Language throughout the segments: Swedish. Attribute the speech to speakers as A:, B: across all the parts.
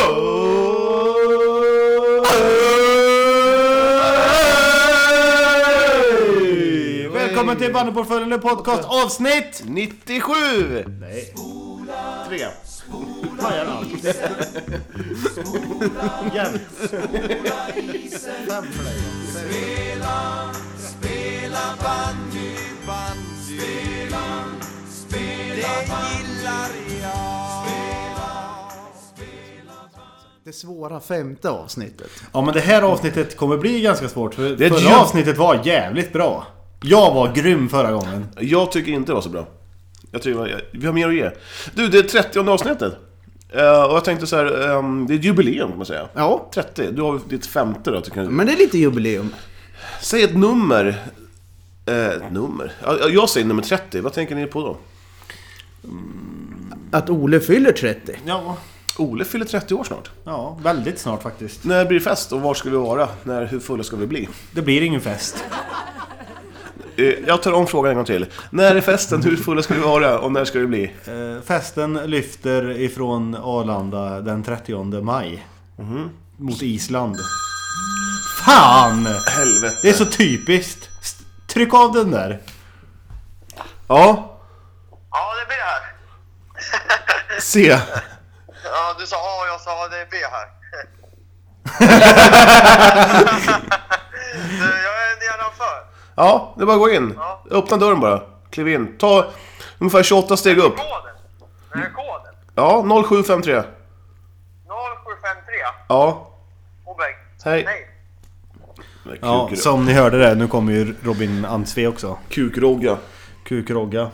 A: Oh.
B: Hej!
A: Välkommen till Bandyportföljen podcast avsnitt!
B: 97!
A: Nej,
B: Tre.
A: pajar allt. Jämt. Fem för dig.
C: Spela bandy, bandy. Spela, spela Det gillar jag.
D: Det svåra femte avsnittet.
A: Ja men det här avsnittet kommer bli ganska svårt. För
B: Det är
A: förra
B: jävligt-
A: avsnittet var jävligt bra. Jag var grym förra gången.
B: Jag tycker inte det var så bra. Jag tycker, jag- vi har mer att ge. Du, det är 30 avsnittet. Eh, och jag tänkte så här, ehm, det är ett jubileum kan man säga.
D: Ja,
B: 30, du har ju ditt femte då. Tycker jag.
D: men det är lite jubileum.
B: Säg ett nummer. Eh, ett nummer? Ja, ja, Jag säger nummer 30, vad tänker ni på då?
D: Att Ole fyller 30.
A: Ja.
B: Ole fyller 30 år snart.
A: Ja, väldigt snart faktiskt.
B: När blir det fest och var ska vi vara? När, hur fulla ska vi bli?
A: Det blir ingen fest.
B: Eh, jag tar om frågan en gång till. När är festen? Hur fulla ska vi vara? Och när ska det bli?
A: Eh, festen lyfter ifrån Arlanda den 30 maj. Mhm. Mot Island. Fan!
B: Helvete.
A: Det är så typiskt. S- Tryck av den där.
B: Ja,
E: Ja, det är B här.
B: se.
E: Ja, du sa A och jag sa A, det är B här. Du, jag är nedanför.
B: Ja, det är bara att gå in.
E: Ja.
B: Öppna dörren bara. Kliv in. Ta ungefär 28 steg upp.
E: Koden. Den här koden.
B: Ja, 0753.
E: 0753.
B: Ja,
E: Obeck.
B: Hej.
E: Nej.
A: Ja,
B: Kukro-
A: som ni hörde det, nu kommer ju Robin Ansve också.
B: Kukrogga.
A: Kukrogga.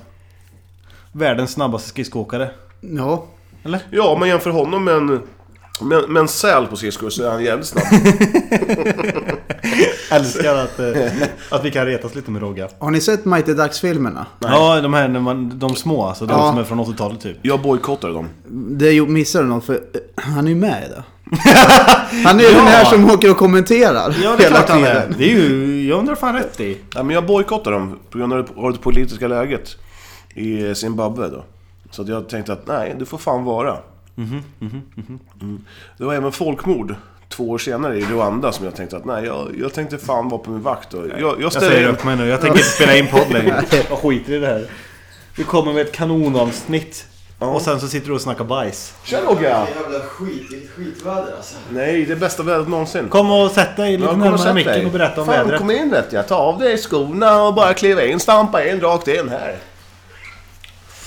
A: Världens snabbaste skridskoåkare.
D: Ja.
B: Ja, om man jämför honom med en, med, med en säl på skridskor så är han jävligt snabb.
A: Älskar att, eh, att vi kan retas lite med Rogga.
D: Har ni sett Mighty Ducks-filmerna?
A: Ja, de här när man, de små alltså. De
D: Ja.
A: som är från 80-talet typ.
B: Jag bojkottar dem.
D: Det ju- missar du något för eh, han är ju med i det. Han är ju
A: Ja.
D: den här som åker och kommenterar
A: Ja, det är klart han är. Det är ju, jag undrar fan rätt i.
B: Ja, men jag bojkottar dem på grund av det- av det politiska läget i Zimbabwe då. Så att jag tänkte att nej, du får fan vara.
A: Mhm,
B: Mm. Det var även folkmord två år senare i Rwanda som jag tänkte att nej, jag, jag tänkte fan vara på min vakt då. Jag, jag
A: Jag säger
B: ställer in
A: upp mig nu, jag tänker inte spela in podd längre. Jag skiter i det här. Vi kommer med ett kanonavsnitt. Och sen så sitter du och snackar bajs.
B: Tja
F: Jävla
B: Rogga!
F: skit, vilket skitväder alltså.
B: Nej, det är bästa vädret någonsin.
A: Kom och sätt dig
B: Ja,
A: lite
B: kom och
A: närmare
B: sätt
A: micken
B: dig.
A: och berätta om
B: Fan,
A: vädret.
B: kom in rätt jag. Ta av dig skorna och bara kliva in, stampa in rakt in här.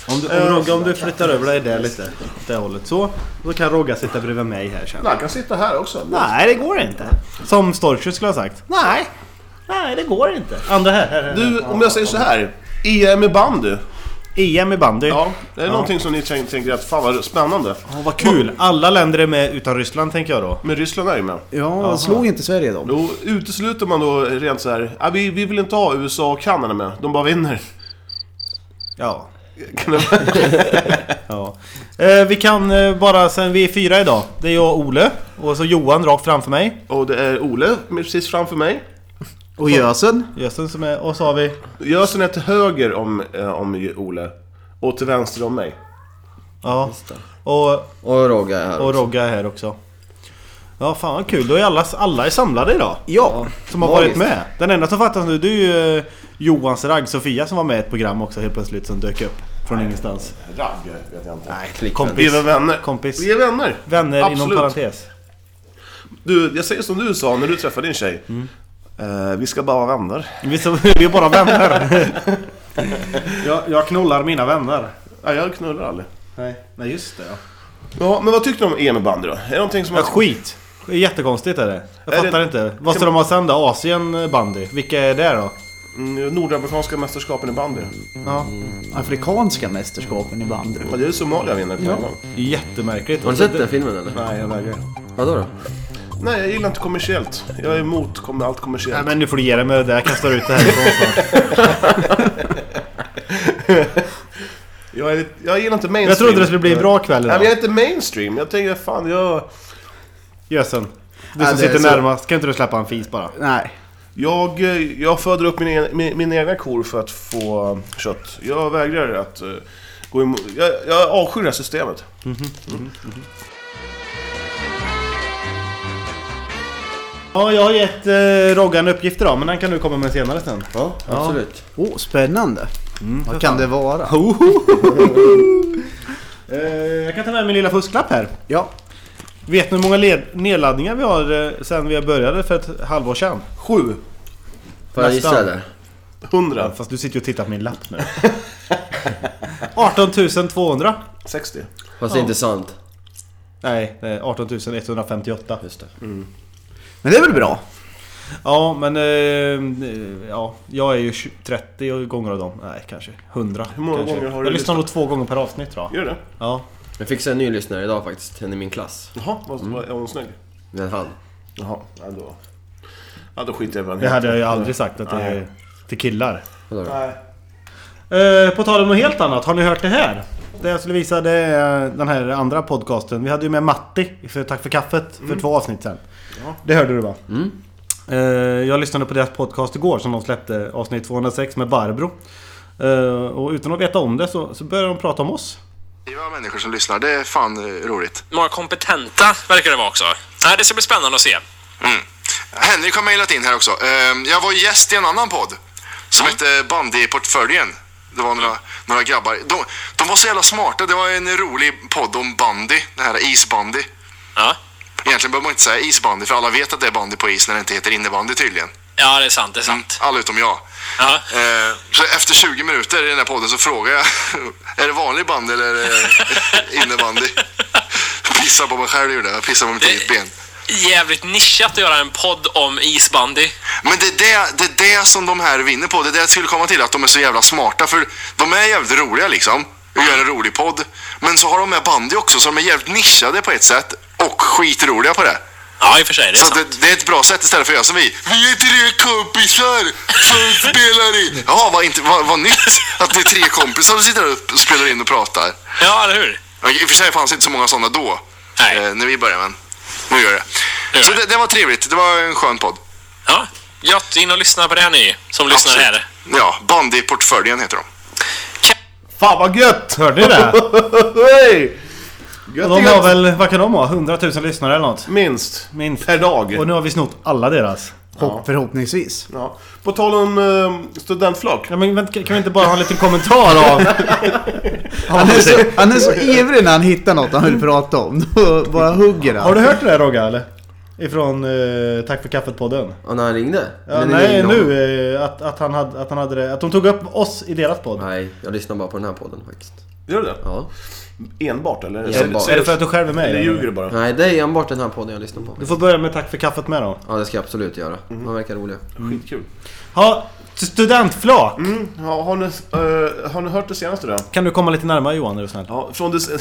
A: Om du, om, Rogga, om du flyttar över dig där lite, åt det hållet så. Då kan Rogga sitta bredvid mig här sen.
B: Man kan sitta här också.
A: Nej, det går inte. Som Storcher skulle ha sagt. Nej. Nej, det går inte. Andra här. här, här.
B: Du, om jag säger så här. EM i bandy.
A: EM E i bandy.
B: Ja, det är någonting som ni tänk- tänker att fan vad spännande.
A: Åh, vad kul. Alla länder är med utan Ryssland tänker jag då.
B: Men Ryssland är ju med.
D: Ja, slog inte Sverige dem?
B: Då utesluter man då rent så här. "Ah, vi, vi vill inte ha USA och Kanada med. De bara vinner.
A: Ja.
B: Kan det-
A: Ja. Eh, vi kan eh, bara, sen vi är fyra idag. Det är jag och Ole och så Johan rakt framför mig.
B: och det är Ole precis framför mig.
D: Och Gösen?
A: Gösten som är, och så har vi...
B: Gösen är till höger om, eh, om Ole. Och till vänster om mig.
A: Ja. Och,
F: Och Rogga är här.
A: och Rogga är här också. Ja, fan vad kul. Då är alla, alla är samlade idag.
D: Ja.
A: Som har varit
F: Magiskt.
A: med. Den enda som fattas nu det är ju eh, Johans ragg Sofia som var med i ett program också helt plötsligt som dök upp. Från ingenstans.
B: Ragg vet jag inte.
A: Nej,
B: Vi
A: kompis.
B: är vänner.
A: Kompis.
B: Vi är vänner.
A: Vänner inom
B: Absolut.
A: parentes.
B: Du, jag säger som du sa när du träffade din tjej.
A: Mm.
B: Eh, vi ska bara vara vänner.
A: Vi, så, vi är bara vänner. jag, jag knullar mina vänner.
B: Ja, jag knullar aldrig.
A: Nej, Nej just det ja.
B: Ja, men vad tyckte du om EM i bandy då? Är det någonting som...
A: Ja, skit! Det är Jättekonstigt är det. Jag
B: Är
A: fattar
B: det-
A: inte. Vad ska
B: kan-
A: de ha sen då? Asien eh, bandy? Vilka är det då?
B: Mm, Nordamerikanska mästerskapen i bandy.
A: Ja.
D: Afrikanska mästerskapen i bandy.
B: Ja, det är Somalia vinner på en gång.
A: Jättemärkligt.
F: Har du sett den filmen eller?
A: Nej, jag vägrar.
F: Vadå då?
B: Nej, jag gillar inte kommersiellt. Jag är emot kom- allt kommersiellt.
A: Nej men nu får du ge dig med det där. Jag kastar ut det härifrån snart.
B: jag, är, jag gillar inte mainstream.
A: Jag trodde det skulle bli en bra kväll
B: Nej, men jag
A: idag.
B: är inte mainstream. Jag tänker fan, jag...
A: Gösen. Du
D: Ja,
A: som
D: det är
A: sitter
D: så.
A: närmast. Kan inte du släppa en fis bara?
D: Nej.
B: Jag, eh, jag föder upp mina, e- mi- mina egna kor för att få kött. Jag vägrar att eh, Gå emot. Jag, jag avskyr det här systemet.
A: Ja, jag har gett eh, Roggan uppgifter då, men den kan du komma med senare sen.
F: Ja, absolut.
D: Åh, oh, spännande. Vad kan det vara?
A: Eh, jag kan ta med min lilla fusklapp här.
D: Ja.
A: Vet ni hur många led- nedladdningar vi har eh, sen vi började för ett halvår sedan?
B: Sju.
F: Får jag
A: Nästa.
F: gissa eller?
B: Hundra.
A: Fast du sitter ju och tittar på min lapp nu. 18 200.
B: 60.
F: Fast det är inte sant.
A: Nej, det är 18 158.
F: Just det. Mm.
D: Men det är väl bra?
A: Ja, men... Eh, eh, ja, jag är ju 20 30 gånger av dem. Nej, kanske 100.
B: Hur många
A: kanske.
B: gånger har du
A: Jag lyssnar
B: lyssnat?
A: nog två gånger per avsnitt tror jag.
B: Gör det?
A: Ja.
F: Jag fixade en ny lyssnare idag faktiskt. En i min klass.
B: Jaha, vad, vad,
A: Mm.
B: är hon snygg?
F: Det är han.
B: Jaha, ja, då... Ja, då skiter jag i vad han
A: Det
B: heter.
A: hade jag ju aldrig sagt att det är
B: Nej.
A: till killar.
F: Vadå då?
B: Nej.
A: Eh, på tal om något helt annat, har ni hört det här? Det jag skulle visa det är den här andra podcasten. Vi hade ju med Matti för Tack för kaffet för två avsnitt sen. Det hörde du va?
B: Mm.
A: Eh, jag lyssnade på deras podcast igår som de släppte, avsnitt 206 med Barbro. Eh, och utan att veta om det så, så började de prata om oss.
G: aktiva människor som lyssnar. Det är fan eh, roligt.
H: Några kompetenta verkar det vara också. Nej, det ska bli spännande att se.
G: Mm. Henrik har mejlat in här också. Ehm, Jag var gäst i en annan podd som hette Bandyportföljen. Det var några, några grabbar. De, de var så jävla smarta. Det var en rolig podd om bandy. Det här isbandy.
H: Ja,
G: Egentligen behöver man inte säga isbandy för alla vet att det är bandy på is när det inte heter innebandy tydligen.
H: ja det är sant, det är sant.
G: Alla utom jag.
H: Ja.
G: Ehm, Så efter 20 minuter i den här podden så frågar jag är det vanlig bandy eller är det innebandy? Pissar på mig själv gjorde jag. Pissar på mitt eget ben.
H: Jävligt nischat att göra en podd om isbandy.
G: Men det är det, det är det som de här vinner på. Det är det jag skulle komma till, att de är så jävla smarta. För de är jävligt roliga liksom. Och gör en rolig podd. Men så har de med bandy också, så de är jävligt nischade på ett sätt. Och skitroliga på det.
H: Ja, i och för sig, det är
G: Så
H: sant.
G: det, det är ett bra sätt istället för att göra som vi. Vi är tre kompisar som spelar in. Ja, vad, inte, vad, vad nytt att det är tre kompisar som sitter där och spelar in och pratar.
H: Ja, eller hur?
G: Ja, I och för sig fanns det inte så många sådana då.
H: Nej.
G: Eh, när vi började, men nu gör
H: Nu
G: det.
H: gör
G: Så
H: det.
G: det, det var trevligt. Det var en skön podd.
H: Ja, gött. In och lyssna på det här ni som lyssnar
G: Absolut.
H: här.
G: Ja, Bandyportföljen heter de.
B: Fan vad gött!
A: Hörde ni det?
B: Hej!
A: Och
B: Gött
A: de
B: är
A: har
B: gött.
A: väl, vad kan de ha? 100 000 lyssnare eller något?
B: Minst.
A: Minst.
B: Per dag.
A: Och nu har vi snott alla deras.
D: Hopp, Förhoppningsvis.
B: Ja. På tal om eh, studentflak.
A: Ja, men vänta, kan vi inte bara ha en liten kommentar av...
D: Han är, så, han är så ivrig när han hittar något han vill prata om. Då bara hugger han.
A: Har du hört det där Rogga eller? Ifrån eh, Tack för kaffet-podden?
F: Och när han ringde?
A: Ja,
F: Eller
A: nej,
F: ringde hon?
A: nu. eh, Att, att, han hade, att han hade det. Att de tog upp oss i deras podd.
F: Nej, jag lyssnar bara på den här podden faktiskt.
B: Gör du det?
F: Ja.
B: Enbart eller?
F: Enbart.
A: Är det för att du själv är med? i
B: Eller
A: den,
B: ljuger
A: eller?
B: du bara?
F: Nej, det är enbart den här podden jag lyssnar på.
A: Du får börja med Tack för kaffet med då.
F: Ja, det ska jag absolut göra.
A: Mhm.
F: De verkar roliga.
A: Mm.
B: Skitkul.
A: Ja, st- studentflak!
B: Mm, ja, har, ni, eh, har ni hört det senaste då?
A: Kan du komma lite närmare Johan är du snäll?
B: Ja, från, det,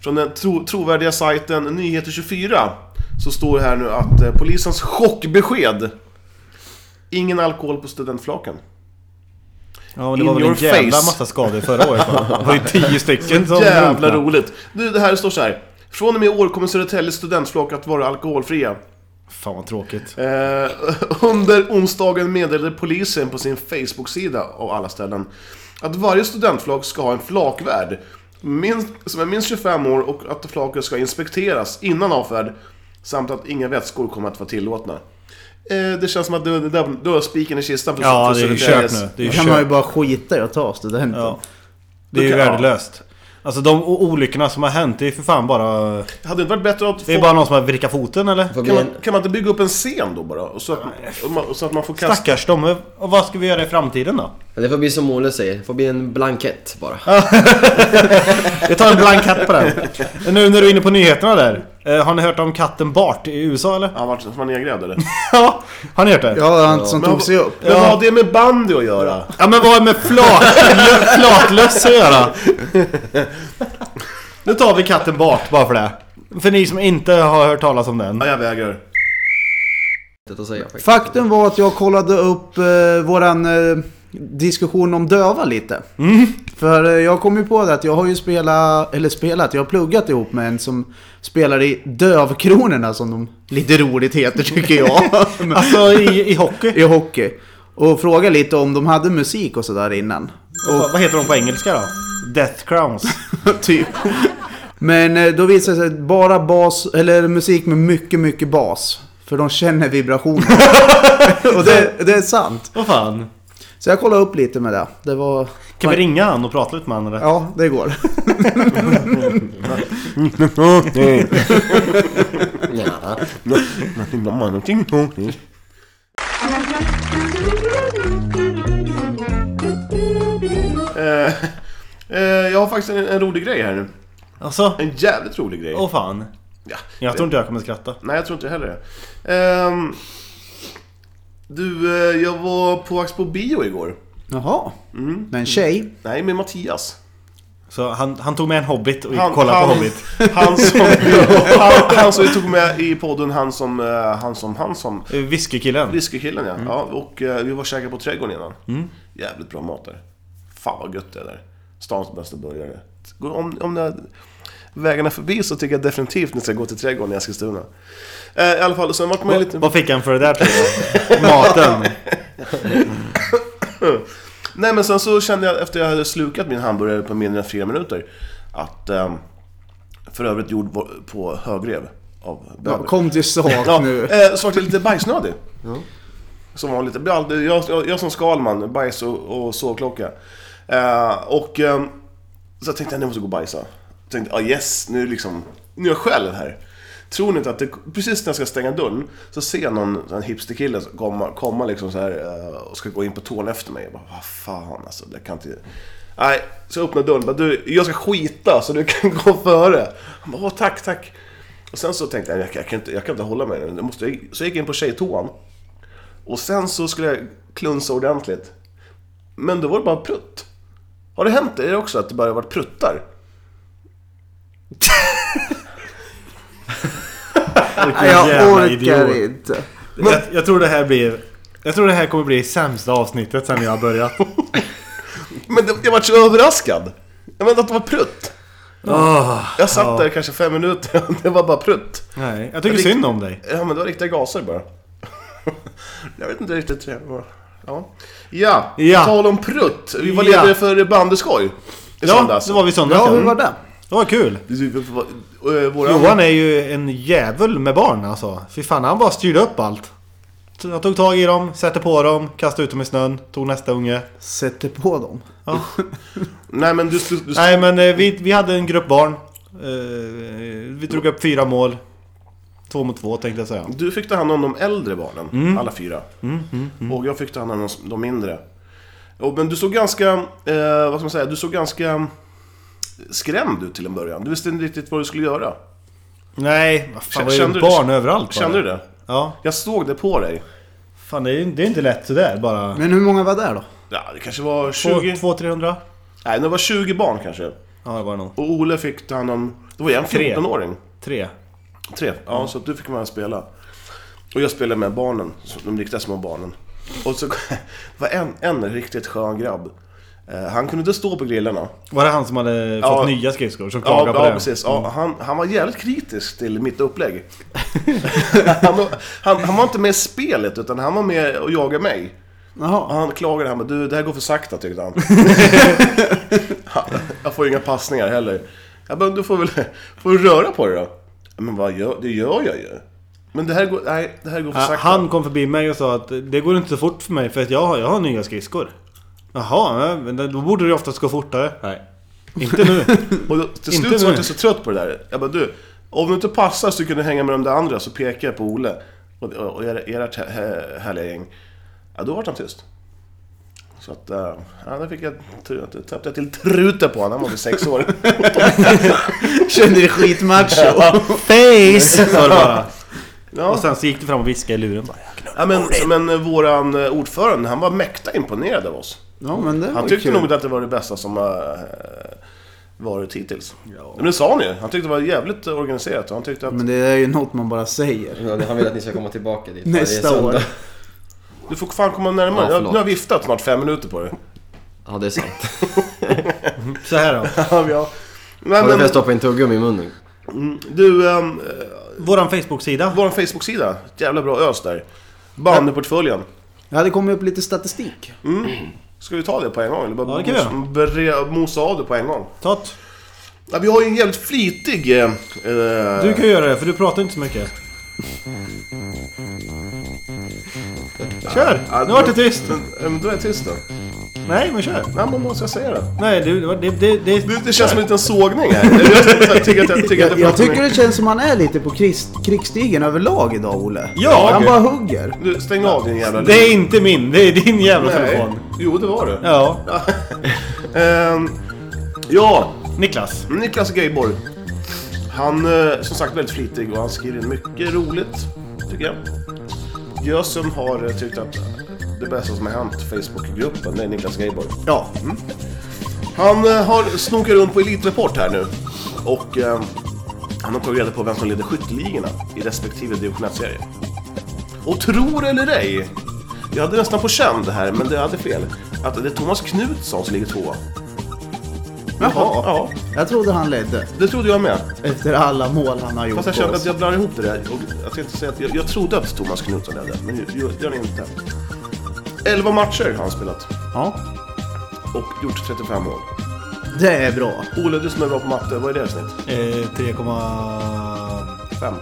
B: från den tro, trovärdiga sajten Nyheter24 så står det här nu att eh, polisens chockbesked. Ingen alkohol på studentflaken.
A: Ja, men det
B: In
A: var väl en
B: your
A: jävla
B: face.
A: massa skador förra året va? Det var ju tio stycken som drunknade.
B: Jävla roligt! Nu, det här står så här. Från och med i år kommer Södertälje studentflak att vara alkoholfria.
A: Fan vad tråkigt.
B: Eh, under onsdagen meddelade polisen på sin Facebook-sida av alla ställen att varje studentflak ska ha en flakvärd minst, som är minst 25 år och att flaket ska inspekteras innan avfärd samt att inga vätskor kommer att vara tillåtna. Eh, det känns som att du, du, du, du har spiken i kistan för
A: Ja,
B: för
A: det är ju kört
B: Södertäljes-
A: nu. Det är ju
D: Då kan man ju
A: kört.
D: bara skita i att ta studenten.
A: Ja. Det är ju
B: Då kan- ja.
A: värdelöst. Alltså de o- olyckorna som har hänt, det är ju för fan bara...
B: Hade det inte varit bättre att
A: Det är
B: få...
A: bara någon som har vrickat foten eller?
F: Får bli
B: Kan man,
F: en...
B: kan man inte bygga upp en scen då bara? Och så, att, och man, och så att man får kasta...
A: Stackars dem. Och vad ska vi göra i framtiden då?
F: ja, Det får bli som Olle säger, det får bli en blankett bara.
A: Vi tar en blank katt på den. Nu när du är inne på nyheterna där. eh, Har ni hört om katten Bart i USA eller?
B: Ja, vart som man är grädd eller?
A: Ja, har ni hört det?
D: Ja, han som tog sig upp.
B: Men vad har det med bandy att göra?
A: Ja, men vad har med flat, flatlöss att göra? Nu tar vi katten Bart bara för det. För ni som inte har hört talas om den.
B: Ja, jag vägrar.
F: Det att säga faktiskt.
D: Faktum var att jag kollade upp eh, våran eh, diskussion om döva lite.
A: Mm.
D: För eh, jag kom ju på det att jag har ju spelat, eller spelat, jag har pluggat ihop med en som spelar i Dövkronorna som de lite roligt heter tycker jag.
A: Alltså i, i hockey.
D: I hockey. Och frågade lite om de hade musik och sådär innan.
A: Och, vad heter de på engelska då? Death Crowns.
D: typ. Men eh, då visar det sig att bara bas, eller musik med mycket, mycket bas. För de känner vibrationer. och det, det är sant.
A: Vad fan?
D: Så jag kollade upp lite med det. Det var...
A: Kan vi ringa han och prata lite med honom? eller?
D: Ja, det går.
F: Ja.
B: Eh, eh, Jag har faktiskt en, en rolig grej här nu.
A: Alltså?
B: En jävligt rolig grej.
A: Åh fan.
B: Ja,
A: Jag tror inte jag kommer skratta.
B: Nej, jag tror inte heller det. Ehm, du, eh, jag var på Axpo Bio igår.
D: Jaha. Med en tjej.
B: Nej, med Mattias.
A: Så han, han tog med en hobbit och gick och kollade på Hobbit.
B: Han som, han, han som vi tog med i podden, han som, eh, han som, han som.
A: Eh, Whiskykillen.
B: Whiskykillen ja. ja. Och eh, vi var och käkade på Trädgården innan. Jävligt bra mat där. Fan vad gött det är där. Stans bästa burgare. Gå- Om, om ni har vägarna förbi så tycker jag definitivt ni ska gå till Trädgården i Eskilstuna. Eh, I alla fall, sen vart man ju lite...
A: Vad fick han för det där tror du? Maten.
B: Nej men sen så kände jag efter jag hade slukat min hamburgare på mindre än fyra minuter att ehm, för övrigt gjord vår- på högrev av böver.
D: Ja, kom till sak
B: Ja,
D: nu.
B: eh, så vart jag lite bajsnödig. Som vanligt. Jag, blir aldrig- jag, jag, jag som Skalman, bajs och, och sovklocka. Eh, och ehm, så jag tänkte jag, nu måste jag gå och bajsa. Tänkte, ah, yes, nu liksom, nu är jag själv här. Tror ni inte att det, precis när jag ska stänga dörren så ser jag någon sån här hipsterkille som komma, komma liksom så här eh, och ska gå in på tån efter mig. Jag bara, vad fan alltså, jag kan inte... Nej, så jag öppnar dörren bara, du, jag ska skita så du kan gå före. Han bara, åh tack, tack. Och sen så tänkte jag, jag, kan- jag, kan, inte, jag kan inte hålla mig nu. Jag måste, så jag gick in på tjejtoan. Och sen så skulle jag klunsa ordentligt. Men då var det bara prutt. Har det hänt er också att det bara varit pruttar?
A: Vilken
D: Nej, jag
A: jävla
D: orkar
A: idiot.
D: inte.
A: Jag, jag tror det här blir... Jag tror det här kommer bli sämsta avsnittet sen vi har börjat.
B: Men det, jag var så överraskad. Jag väntade att det var prutt.
A: Åh,
B: Jag satt där kanske fem minuter och det var bara prutt.
A: nej, jag tycker
B: Men det-
A: synd om dig.
B: Ja men det var riktiga gaser bara. jag vet inte riktigt hur det var. Ja, ja,
A: Ja.
B: tal om prutt. Vi var
A: Ja.
B: ledare för bandeskoj i
A: Ja, det var vi i söndags.
D: Ja, hur var det?
A: Det var kul.
B: Våra...
A: Johan är ju en djävul med barn alltså. Fy fan, han bara styrde upp allt. Så Jag tog tag i dem, satte på dem, kastade ut dem i snön, tog nästa unge.
D: Sätter på dem.
B: Nej men du, du, du
A: Nej men eh, vi, vi hade en grupp barn. Eh, Vi drog upp fyra mål. Två mot två tänkte jag säga.
B: Du fick ta hand om de äldre barnen,
A: Mm.
B: alla fyra. Och jag fick ta hand om de- de mindre. Och, men du såg ganska, eh, vad ska man säga, du såg ganska skrämd ut till en början. Du visste inte riktigt vad du skulle göra.
A: Nej, vad fan, det var
B: Kände
A: ju
B: du-
A: barn överallt. bara.
B: Kände du det?
A: Ja.
B: Jag såg det på dig.
A: Fan det är, ju- det är inte lätt sådär bara.
D: Men hur många var där då?
B: Ja, det kanske var 20...
A: 200-300?
B: Nej, det var 20 barn kanske.
A: Ja det var det nog.
B: Och Ole fick ta hand om... Det var ju en
A: Tre.
B: 14-åring.
A: Tre.
B: Tre. Ja, så att du fick vara med och spela. Och jag spelade med barnen, så- de riktiga små barnen. Och så var en, en riktigt skön grabb. Eh, han kunde inte stå på grillarna.
A: Var det han som hade
B: Ja.
A: fått nya skridskor som
B: Ja,
A: klagade på
B: ja
A: det? Mm.
B: precis. Ja, han, han var jävligt kritisk till mitt upplägg. han, var- han, han var inte med i spelet, utan han var med och jagade mig. Och
D: Jaha.
B: han klagade, han bara, du det här går för sakta tyckte han. jag får inga passningar heller. Jag bara, du får väl får du röra på dig då? Men vad gör, det gör jag ju. Men det här går, nej, det här går för
A: Ja,
B: sakta.
A: Han kom förbi mig och sa att det går inte så fort för mig för att jag har, jag har nya skridskor. Jaha, men då borde det ju oftast gå fortare. Nej. Inte nu.
B: Och då, till
A: Inte
B: slut så
A: nu.
B: var jag så trött på det där. Jag bara, du, om du inte passar så du kunde hänga med de där andra så pekar jag på Ole och, och, och era- ert här- här- härliga gäng. Ja, då var han tyst. Så att, eh, ja, då fick jag, tr- tappade jag till truten på honom, han var väl sex år.
D: Kände dig skitmacho.
A: Face! Sa det bara.
B: Ja.
A: Och sen så gick du fram och viskade i luren bara. "Jag glömde
B: Ja, men, men eh, våran eh, ordförande, han var mäkta imponerad av oss.
D: Ja, men det
B: Han
D: var
B: tyckte
D: kul.
B: nog att det var det bästa som har eh, varit hittills. Men det sa han ju. Han tyckte det var jävligt eh, organiserat och han tyckte att...
D: Men det är ju något man bara säger.
F: Han vill att ni ska komma tillbaka dit varje
D: Nästa år.
F: söndag.
B: Du får fan komma närmare.
F: Ja,
B: Jag- nu
F: förlåt.
B: har jag viftat snart fem minuter på det.
F: Ja, det är sant.
A: Så här då.
B: ja, ja. Nej,
F: Har du
B: men,
F: fått stoppa en tuggummi i munnen?
B: du, um,
A: Våran Facebook-sida.
B: vår Facebook-sida. Jävla bra ös där. Bandyportföljen.
D: Ja, det kom ju upp lite statistik.
B: Ska vi ta det på en gång? Eller bara
A: Ja, det kan vi
B: mos- bre- mosa av det på en gång?
A: Tott,
B: Ja, vi har ju en jävligt flitig... Eh, eh,
A: du kan göra det för du pratar inte så mycket. Kör! Nu vart det tyst.
B: Ja, men då är jag tyst då.
A: Nej, men kör.
B: Nej, men måste jag säga det?
A: Nej, du, det, var- det, det, det,
B: Det, det känns som en liten sågning här. Eller Jag, tycker att- tycker att jag, tycker
D: Jag,
B: att jag,
D: jag
B: pratar
D: tycker
B: mycket.
D: det känns som han är lite på kris, krigsstigen överlag idag, Olle.
A: Ja,
D: Han
A: okej.
D: bara hugger.
B: Du, stäng av din jävla...
A: det är inte min. Det är din jävla
B: Nej.
A: telefon.
B: Jo, det var det.
A: Ja.
B: Ehm, ja,
A: Niklas.
B: Mm, Niklas Geiborg. Han är som sagt väldigt flitig och han skriver mycket roligt, tycker jag. Gösen har eh, tyckt att det bästa som har hänt Facebookgruppen, det är Niklas Geiborg.
A: Ja.
B: Han eh, har snokat runt på Elitreport här nu och eh, han har tagit reda på vem som leder skytteligorna i respektive divisionalserie. Och tror eller ej, jag hade nästan på känn det här, men det hade fel, att det är Thomas Knutsson som ligger tvåa.
D: Jaha.
B: Ja,
D: Jag trodde han ledde.
B: det trodde jag med.
D: Efter alla mål han har gjort
B: Fast jag
D: på
B: kände
D: oss.
B: att jag blandade ihop det där. Och jag, tänkte säga att jag, jag trodde att Thomas Knutsson ledde, men det gör det inte. 11 matcher har han spelat
D: Ja,
B: och gjort 35 mål.
D: det är bra.
B: Ole, du som är bra på matte, vad är det i
A: Eh,
B: snitt?
A: 3,2.
B: 5?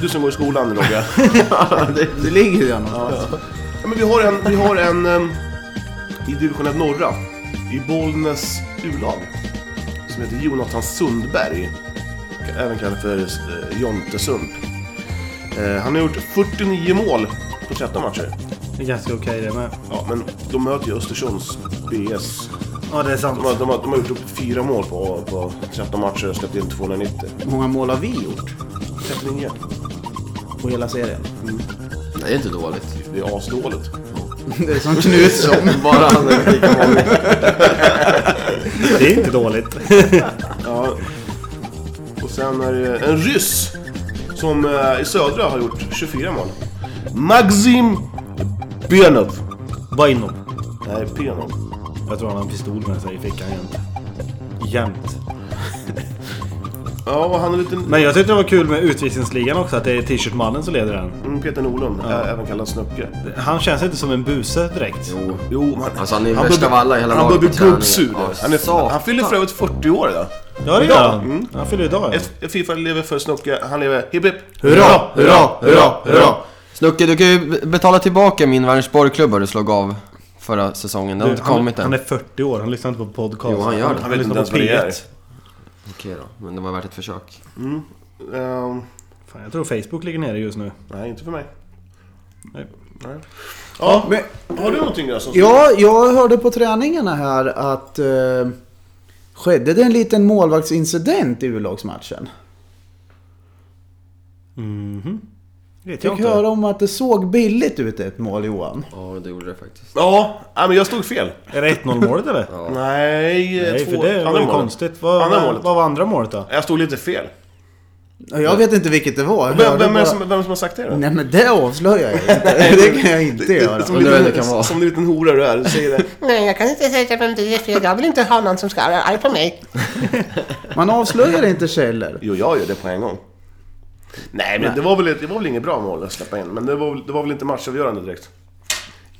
B: Du som går i skolan nu Rogge.
D: Det, det ligger ju någonstans.
B: ja, men vi har en, vi har en em, i division 1 norra, i Bollnäs U-lag, som heter Jonathan Sundberg. Även kallad för eh, Jonte Sump. Eh, han har gjort 49 mål på 13 matcher.
A: Det är ganska okej det med.
B: Ja, men de möter ju Östersunds BS.
A: Ja, det är sant.
B: De har, de har, de har gjort upp fyra mål på, på 13 matcher och släppt in 290.
D: Hur många mål har vi gjort
B: 39.
D: på hela serien?
F: Det är inte dåligt.
B: Det är asdåligt.
D: Det är som Knutsson.
F: Bara han är lika vanlig.
A: Det är inte dåligt.
B: Ja. Och sen är det en ryss som eh, i södra har gjort 24 mål. Maxim Benov.
A: Baino.
B: Nej, Penov.
A: Jag tror han har en pistol med sig i fickan jämt. Jämt.
B: Ja, och han är lite...
A: Men jag tyckte det var kul med utvisningsligan också, att det är t-shirtmannen som leder den.
B: Mm, Peter Norlund, ä- även kallad Snöcke.
A: Han känns inte som en buse direkt.
F: Jo.
B: Jo, men...
F: Alltså, han är värst av alla i hela
B: Han
F: laget
B: börjar bli
F: på träningen.
B: gubbsur.
F: Ja,
B: Han, är- han fyller för övrigt 40 år idag.
A: Ja, det gör han. Han fyller idag. ja.
B: Ett- Fifa lever för Snöcke, han lever hipp hipp.
F: Hurra, hurra, hurra, hurra! Snucke, du kan ju betala tillbaka min Vänersborgsklubba du slog av förra säsongen. Det har inte kommit
A: han, han
F: än.
A: är 40 år, han lyssnar inte på podcast.
F: Jo, han gör det.
A: Han,
F: Han
B: vet
A: lyssnar på
B: inte ens vad det
A: P1.
F: Okej då, men det var värt ett försök.
B: Ehm,
A: Fan, jag tror Facebook ligger nere just nu.
B: nej, inte för mig.
A: Nej.
B: Nej. Ja,
D: Men-
B: har du någonting där som...
D: Ja, jag hörde på träningarna här att eh, skedde det en liten målvaktsincident i U-lagsmatchen?
A: Vet
D: Fick höra om att det såg billigt ut ett mål Johan.
F: Ja, det gjorde det faktiskt.
B: Ja, nej, men jag stod fel.
A: Är det 1-0 målet eller?
B: Nej,
A: Nej,
B: två,
A: för det var
B: andra
A: ju
B: målet.
A: konstigt. Vad,
B: Andra
A: vad,
B: målet.
A: vad var andra målet då?
B: Jag stod lite fel.
D: Jag vet inte vilket det var. Jag
B: Vem,
D: hörde
B: vem, är
D: bara-
B: det som, vem är det som har sagt det då?
D: Nej men det avslöjar jag inte. Det kan jag inte göra.
B: Som
F: Undrar vem
B: liten-
F: det kan vara.
B: Som en liten hora du är, du säger det.
I: Nej, jag kan inte säga vem det är för jag vill inte ha någon som ska vara arg på mig.
D: Man avslöjar inte källor.
B: Jo, jag gör det på en gång. Nej, men Det, var väl, det var väl inget bra mål att släppa in, men det var, väl- det var väl inte matchavgörande direkt.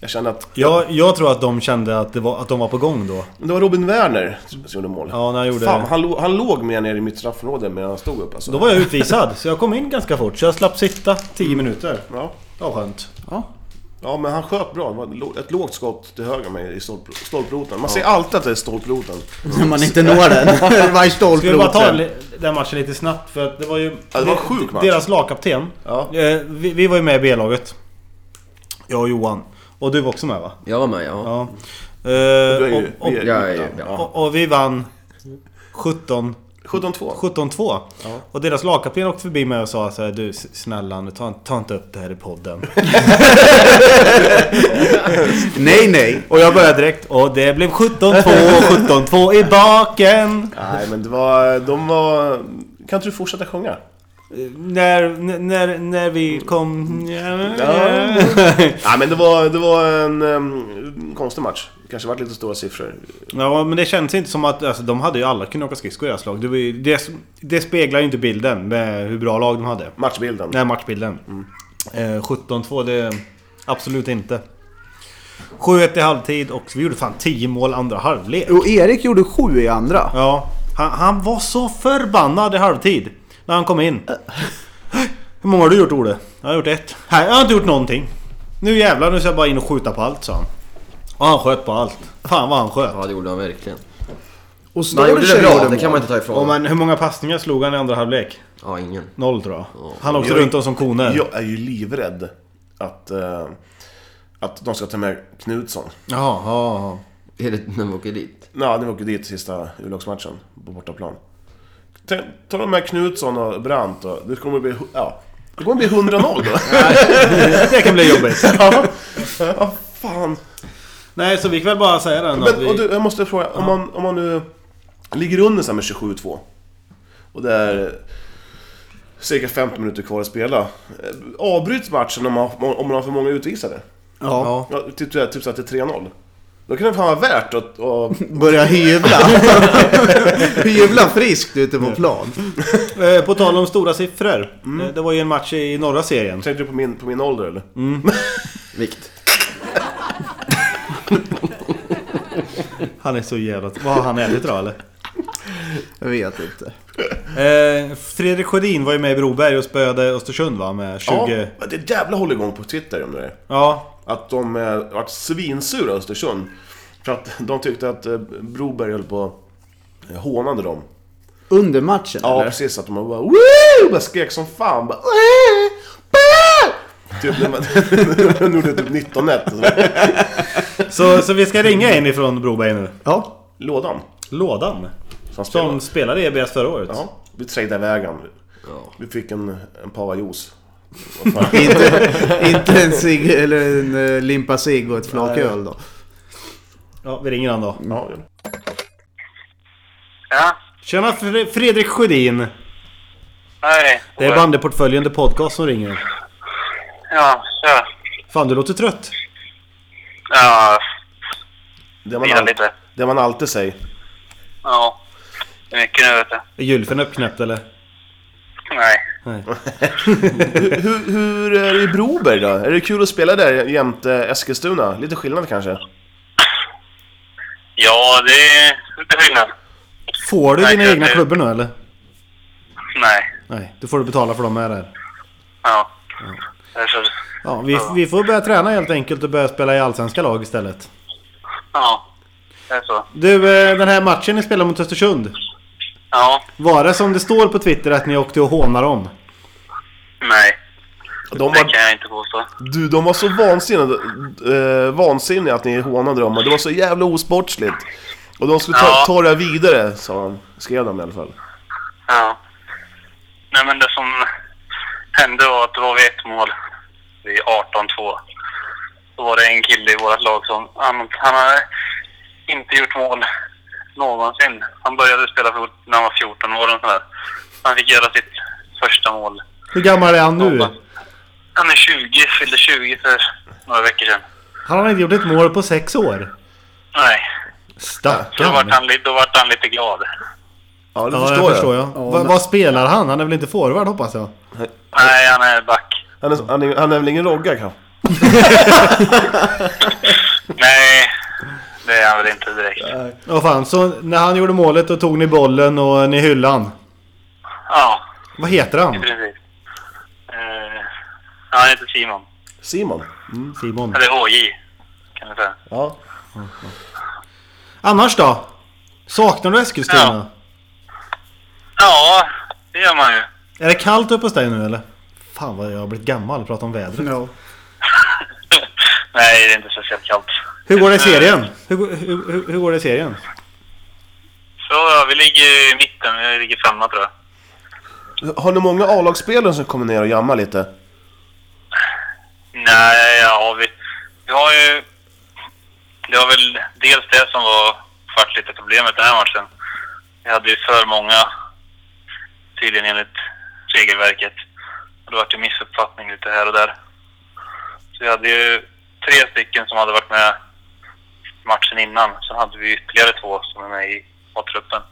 B: Jag kände att...
A: Jag, jag tror att de kände att, det var, att de var på gång då.
B: Men Det var Robin Werner som gjorde mål.
A: Ja, när han gjorde-
B: Fan, han, lo- han låg med nere i mitt straffområde medan jag stod upp alltså.
A: Då var jag utvisad, så jag kom in ganska fort. Så jag slapp sitta 10 minuter.
B: Ja.
A: Det var skönt.
B: Ja, men han sköt bra. Det var ett lo- ett lågt skott till höger om mig i stolp- stolproten. Man ser alltid att det är stolproten.
D: När man inte når den. Varje
A: Ska vi bara ta
D: stolproten.
A: den- den matchen lite snabbt för att det var ju...
B: Ja, det var en sjuk match.
A: Deras lagkapten.
B: Ja.
A: Eh, Vi, vi var ju med i B-laget. Jag och Johan. Och du var också med va?
F: Jag var med, ja.
A: Ja.
B: Mm. Du är
A: Eh,
B: ju,
A: och, och,
B: vi är
F: Jag är ju-
B: utan.
F: ja.
A: och, och vi vann 17...
B: 17-2.
A: 17-2. Och deras lagkapten åkte förbi mig och sa så här, Du s- snälla nu ta, inte- ta inte upp det här i podden.
D: Nej nej.
A: och jag började direkt. Och det blev 17-2, 17-2 i baken.
B: Nej, men det var... De var... Kan inte du fortsätta sjunga?
A: När, när, när vi kom...
B: Nej, men det var, det var en em, konstig match. Kanske varit lite stora siffror.
A: Ja, men det känns inte som att... Alltså, de hade ju alla kunnat åka skridskor i deras lag. Det, var ju, det, det speglar ju inte bilden med hur bra lag de hade.
B: Matchbilden.
A: Nej, matchbilden. Eh, 17-2, det... Absolut inte. 7-1 i halvtid och vi gjorde fan 10 mål andra halvlek.
D: Och Erik gjorde sju i andra.
A: Ja, han, han var så förbannad i halvtid när han kom in. Hur många har du gjort Ole? Jag har gjort ett. Nej, jag har inte gjort någonting. Nu jävlar, nu ska jag bara in och skjuta på allt sa han. Och han sköt på allt. Fan vad han sköt.
F: Ja, det gjorde han verkligen.
D: Och
F: Men han gjorde det
D: Storicher
F: bra, det
D: mål.
F: kan man inte ta
A: Och
F: ifrån.
A: men hur många passningar slog han i andra halvlek?
F: Ja, ingen.
A: Noll tror jag. Han åkte
B: Jag-
A: runt dem som koner.
B: Jag är ju livrädd att, eh, att de ska ta med Knutsson.
A: Jaha, ja,
F: Är det när vi åker dit?
B: Nej, nu åker dit sista U-lagsmatchen på bortaplan. Tänk, Ta de här Knutsson och Brandt och det kommer bli... hu- Ja, det kommer bli 100-0 då.
A: ja. Det kan bli jobbigt.
B: ja, ja, fan.
A: Nej, så vi kan väl bara säga den att
B: Men, och
A: vi...
B: du, jag måste fråga, om man, om man nu ligger under så här med 27-2 och det är cirka 15 minuter kvar att spela. eh, Avbryts matchen om man, om man har för många utvisade?
D: Ja.
B: Ja, typ typ, typ så att det är 3-0. Då kan det fan vara värt att... att
D: Börja hyvla. hyvla friskt ute på plan.
A: Eh, På tal om stora siffror.
B: Mm.
A: Eh, Det var ju en match i norra serien.
B: tänkte du på min, på min ålder eller?
F: Vikt.
A: Han är så jävla... Vad har han ätit då eller?
D: Jag vet inte.
A: Eh, Fredrik Sjödin var ju med i Broberg och spöade Östersund va? Med 20... Ja.
B: Ja, det är ett jävla hålligång på Twitter om det är. Att de eh, vart svinsura Östersund. För att de tyckte att eh, Broberg höll på eh, hånade dem.
D: Under matchen
B: Ja,
D: eller?
B: precis. Att de bara Woo! Bara skrek som fan. Bara, "Woo! Bah!" typ när man när man gjorde typ 19 net.
A: Så, så vi ska ringa en ifrån Broberg nu.
D: Ja.
B: Lådan.
A: Lådan.
B: Som spelade.
A: Som spelade i EBS förra året.
B: Ja, vi tradeade vägen. Vi fick en, en pava juice. Vad fan.
D: Inte, inte en cigg eller en eh, limpa cigg och ett flak öl då.
A: Ja, vi ringer han då.
B: Ja, gör det.
E: Ja,
A: Tjena Fre- Fredrik Sjödin.
E: hej.
A: Det är bandyportföljen The Podcast som ringer.
E: Ja, tja.
A: Fan, du låter trött.
E: Ja,
B: Det man,
E: Vila
B: all-
E: lite.
B: det man alltid säger.
E: ja. Det är mycket nu vet du.
A: Är gylfen uppknäppt eller?
E: Nej.
B: Hur, hur är det i Broberg då? Är det kul att spela där jämte Eskilstuna? Lite skillnad kanske?
E: Ja, det är lite skillnad.
A: Får du
E: Nej,
A: dina
E: jag-
A: egna
E: jag-
A: klubbor nu eller?
E: Nej.
A: Nej, då får du betala för dem med där.
E: Ja. Det är så.
A: Ja, vi, vi får börja träna helt enkelt och börja spela i allsvenska lag istället.
E: Ja. Det är så.
A: Du, eh, den här matchen ni spelar mot Östersund.
E: Ja.
A: Var det som det står på Twitter att ni åkte och hånade dem?
E: Nej.
B: De
E: Det
B: var,
E: kan jag inte påstå.
B: du, de var så vansinniga, eh, vansinniga att ni hånade dem och det var så jävla osportsligt. Och de skulle ta,
E: Ja.
B: ta det här vidare, sa de. Skrev de i alla fall.
E: Ja. Nej, men det som hände var att det var vid ett mål, vid 18-2. Då var det en kille i vårt lag som... Han, han hade inte gjort mål någonsin. Han började spela fotboll när han var 14 år och sådär. Han fick göra sitt första mål.
A: Hur gammal är han nu?
E: Han är 20, fyllde 20 för några veckor sedan.
A: Han har inte gjort ett mål på sex år.
E: Nej, så då vart
A: Stackarn.
E: han, li- då vart han lite glad.
B: Ja, det
A: Ja,
B: förstår jag.
A: det förstår jag. Va, vad spelar han? Han är väl inte forward hoppas jag?
E: Nej, han är back.
B: Han, är, han, är, han är väl ingen rogga kanske?
E: Nej, det är han väl inte direkt.
A: Ja fan, så när han gjorde målet då tog ni bollen och ni hyllade han.
E: Ja,
A: Vad heter han?
E: precis. Uh, han heter Simon.
B: Simon?
A: Simon.
E: Eller HJ, kan jag säga.
B: Ja.
A: Annars då? Saknar du Eskilstuna?
E: Ja, det gör man ju.
A: Är det kallt uppe hos dig nu eller? Fan vad jag har blivit gammal och pratar om
B: Mm.
A: vädret.
D: Ja.
E: Nej, det är inte speciellt kallt.
A: Hur går det i
B: Eh.
E: Just nu
A: serien? Hur, går- hur, hur, hur går det i serien?
E: Så, ja, vi ligger i mitten. Vi ligger femma, tror jag.
B: Har ni många A-lagsspelare som kommer ner och jammar lite?
E: Nej, ja, vi, vi har ju... Det var väl dels det som var faktiskt lite problemet den här matchen. Vi hade ju för många, tydligen enligt regelverket. Och det var ju missuppfattning lite här och där. Så vi hade ju tre stycken som hade varit med matchen innan. Sen hade vi ytterligare två som är med i A-truppen.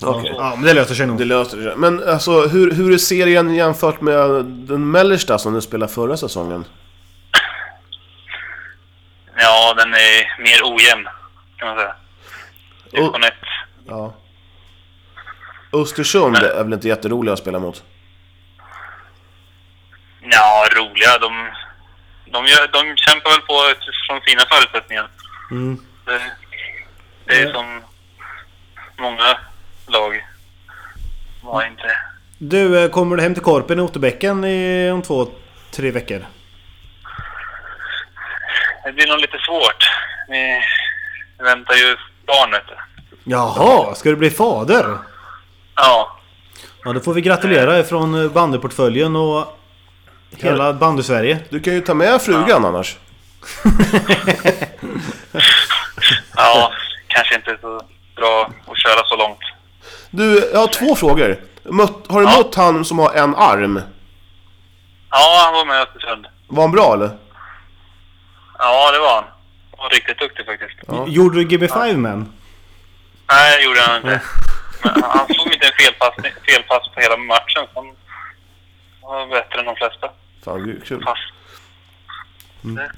B: Okej.
A: Ja, men det löser sig nog.
B: Det löser sig. Men alltså, hur, hur är serien jämfört med den mellersta som du spelade förra säsongen?
E: den är mer ojämn, kan man säga. Division 1.
B: Ja. Östersund är väl inte jätteroliga att spela mot?
E: Ja, roliga. De, de, gör, de kämpar väl på utifrån sina förutsättningar. Det, det är som många lag. Var inte...
A: Du, eh, kommer du hem till Korpen i Otterbäcken i, om två, tre veckor?
E: Det blir nog lite svårt. Vi väntar ju barnet.
A: Jaha, ska du bli fader?
E: Ja,
A: Ja, då får vi
B: Eh.
A: gratulera ifrån eh, bandyportföljen och hela bandysverige.
B: Du kan ju ta med frugan annars.
E: ja kanske inte så bra att köra så långt.
B: Du, jag har två frågor. Mött, har du
E: Ja.
B: mött han som har en arm?
E: Ja, han var med i Östersund.
B: Var han bra eller?
E: Ja, det var han. Han var riktigt duktig faktiskt.
A: Gjorde du GB5 men?
E: Nej, det gjorde han inte. Men han såg inte en felpassning, felpass på hela matchen. så Han var bättre än de flesta
B: Fan, gud, kul.
E: pass.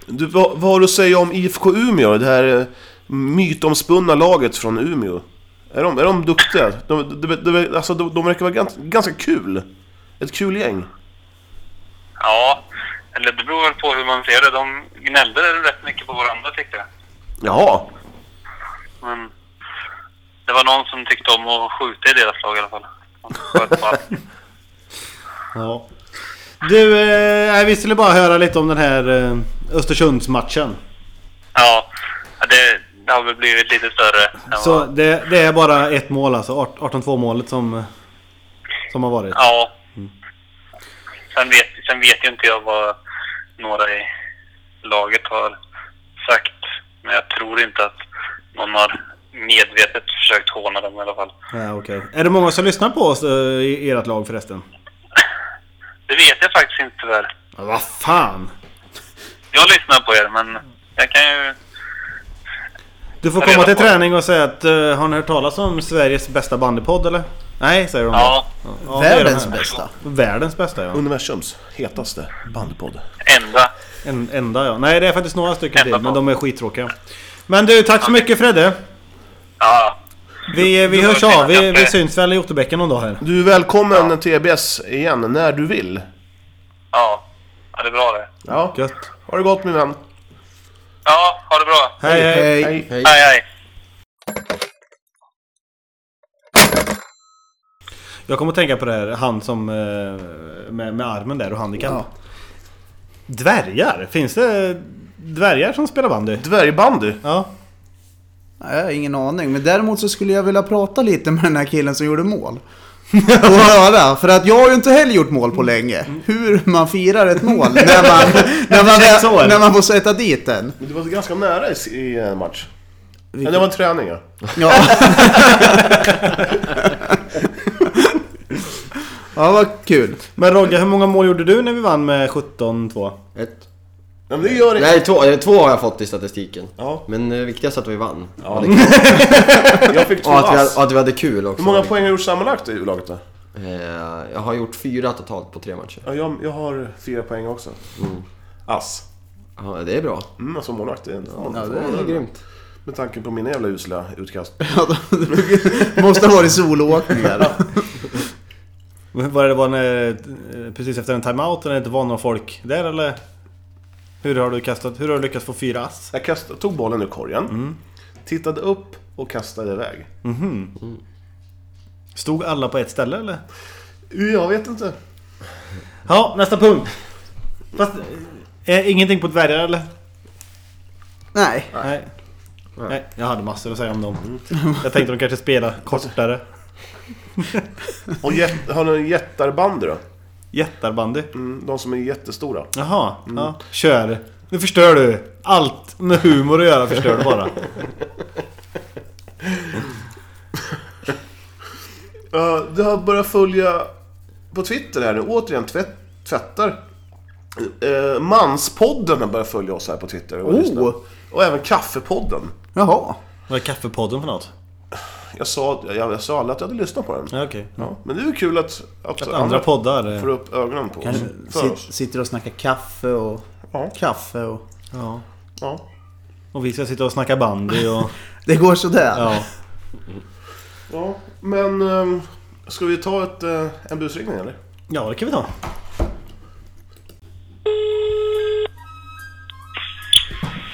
B: Du, vad, vad har du att säga om IFK Umeå? Det här eh, mytomspunna laget från Umeå. Är de, är de duktiga? De, de, de, alltså, de, de verkar vara ganska, ganska kul. Ett kul gäng.
E: Ja, eller det beror väl på hur man ser det. De gnällde rätt mycket på varandra tyckte jag.
B: Jaha.
E: Men det var någon som tyckte om att skjuta i deras lag i alla fall. De sköt på allt.
A: Ja. Du, eh, nej, vi skulle bara höra lite om den här eh, Östersundsmatchen.
E: Ja, det, det har väl blivit lite större. Än
A: Så
E: vad,
A: det, det är bara ett mål alltså, 18-2 målet som, eh, som har varit.
E: ja. Sen vet, sen vet ju inte jag vad några i laget har sagt. Men jag tror inte att någon har medvetet försökt håna dem i alla fall.
A: Ja, okej. Är det många som lyssnar på oss eh, i ert lag förresten?
E: Det vet jag faktiskt inte tyvärr.
A: Ja, vad fan!
E: Jag lyssnar på er, men jag kan ju...
A: Du får
E: Jag
A: komma
E: redan
A: till
E: på.
A: träning och säga att eh, har ni hört talas om Sveriges bästa bandypodd eller? Nej, säger de.
E: Ja,
A: Ja, Mm. det är de
D: Världens
A: här.
D: bästa.
A: Världens bästa ja.
B: Universums hetaste bandpodd.
E: ända.
A: En, enda ja. Nej, det är faktiskt några stycken
E: Enda
A: till, men
E: podd.
A: de är skittråkiga. Men du, tack så mycket Fredde!
E: Ja,
A: Vi, vi
E: Du- du
A: hörs
E: får
A: av. Vi,
E: finna
A: vi
E: kaffe.
A: syns väl i Otterbäcken någon dag här.
B: Du är välkommen till EBS igen när du vill.
E: ja. Ja, det är bra det.
B: Ja.
A: Gött.
B: Ha det gott min vän.
E: Ja, ha det bra.
A: Hej, hej.
D: Hej.
B: Hej.
E: Hej, hej.
A: Jag kommer att tänka på det här, han som... eh, Med, med armen där och handikapp. Dvärgar? Finns det dvärgar som spelar bandy?
B: Dvärgbandy.
A: Ja.
D: Nej, jag har ingen aning. Men däremot så skulle jag vilja prata lite med den här killen som gjorde mål. Och höra, för att jag har ju inte heller gjort mål på länge. Hur man firar ett mål när man, när
A: Sex år.
D: man, när man får sätta dit den.
B: Men Du var ganska nära i- i en match. Men det var en träning ja.
D: Ja. ja, vad kul.
A: Men Rogge, hur många mål gjorde du när vi vann med 17-2?
F: Ett.
B: Men det gör det.
F: Nej, två, eh, två har jag fått i statistiken.
B: Ja.
F: Men eh, viktigast att vi vann.
B: Ja. Jag fick två
F: Och att, vi,
B: ass.
F: och att vi hade kul också.
B: Hur många poäng har du gjort sammanlagt i laget då?
F: Eh, jag har gjort fyra totalt på tre matcher.
B: Ja, jag, jag har fyra poäng också. Mm. Ass.
F: Ja, det är bra.
B: Mm, alltså målvakt. Det är en-
F: Ja, det är grymt.
B: Med tanke på mina jävla usla utkast.
D: Måste ha varit soloåkningar.
A: Var det, det var när, eh, precis efter en timeout när det inte var några folk där eller? Hur har du kastat? Hur har du lyckats få fyra ass?
B: Jag kastade, tog bollen ur korgen,
F: Mm.
B: tittade upp och kastade iväg.
A: Stod alla på ett ställe eller?
B: Uh, Jag vet inte.
A: Ja, nästa punkt. Fast, eh, ingenting på dvärgar eller?
D: Nej.
A: Nej. Nej, Mm. jag hade massor att säga om dem. Jag tänkte de kanske spelar kortare.
B: Och jät- har ni jättarbandy då?
A: Jättarbandy.
B: Mm, de som är jättestora.
A: Jaha, ja. Kör. Nu förstör du. Allt med humor att göra förstör du bara.
B: Eh, du har börjat följa på Twitter här nu. Återigen tvätt, tvättar. Uh, Manspodden har börjat följa oss här på Twitter.
F: Oh!
B: Och, lyssna. och även Kaffepodden.
D: Jaha.
A: Vad är kaffepodden för något?
B: Jag sa, jag, jag sa aldrig att jag hade lyssnat på den.
A: Ja, okej.
B: Ja, Men det är ju kul att, att,
A: Att andra poddar... eh,
B: får upp ögonen på oss. För
D: Sit,
B: oss.
D: sitter och snackar kaffe och...
B: Ja.
D: Kaffe och...
A: Ja.
B: Ja.
A: Och vi ska sitta och snacka bandy och...
D: Det går sådär.
A: Ja.
B: Ja, men... ehm, Ska vi ta ett, eh, en busringning eller?
A: Ja, det kan vi ta.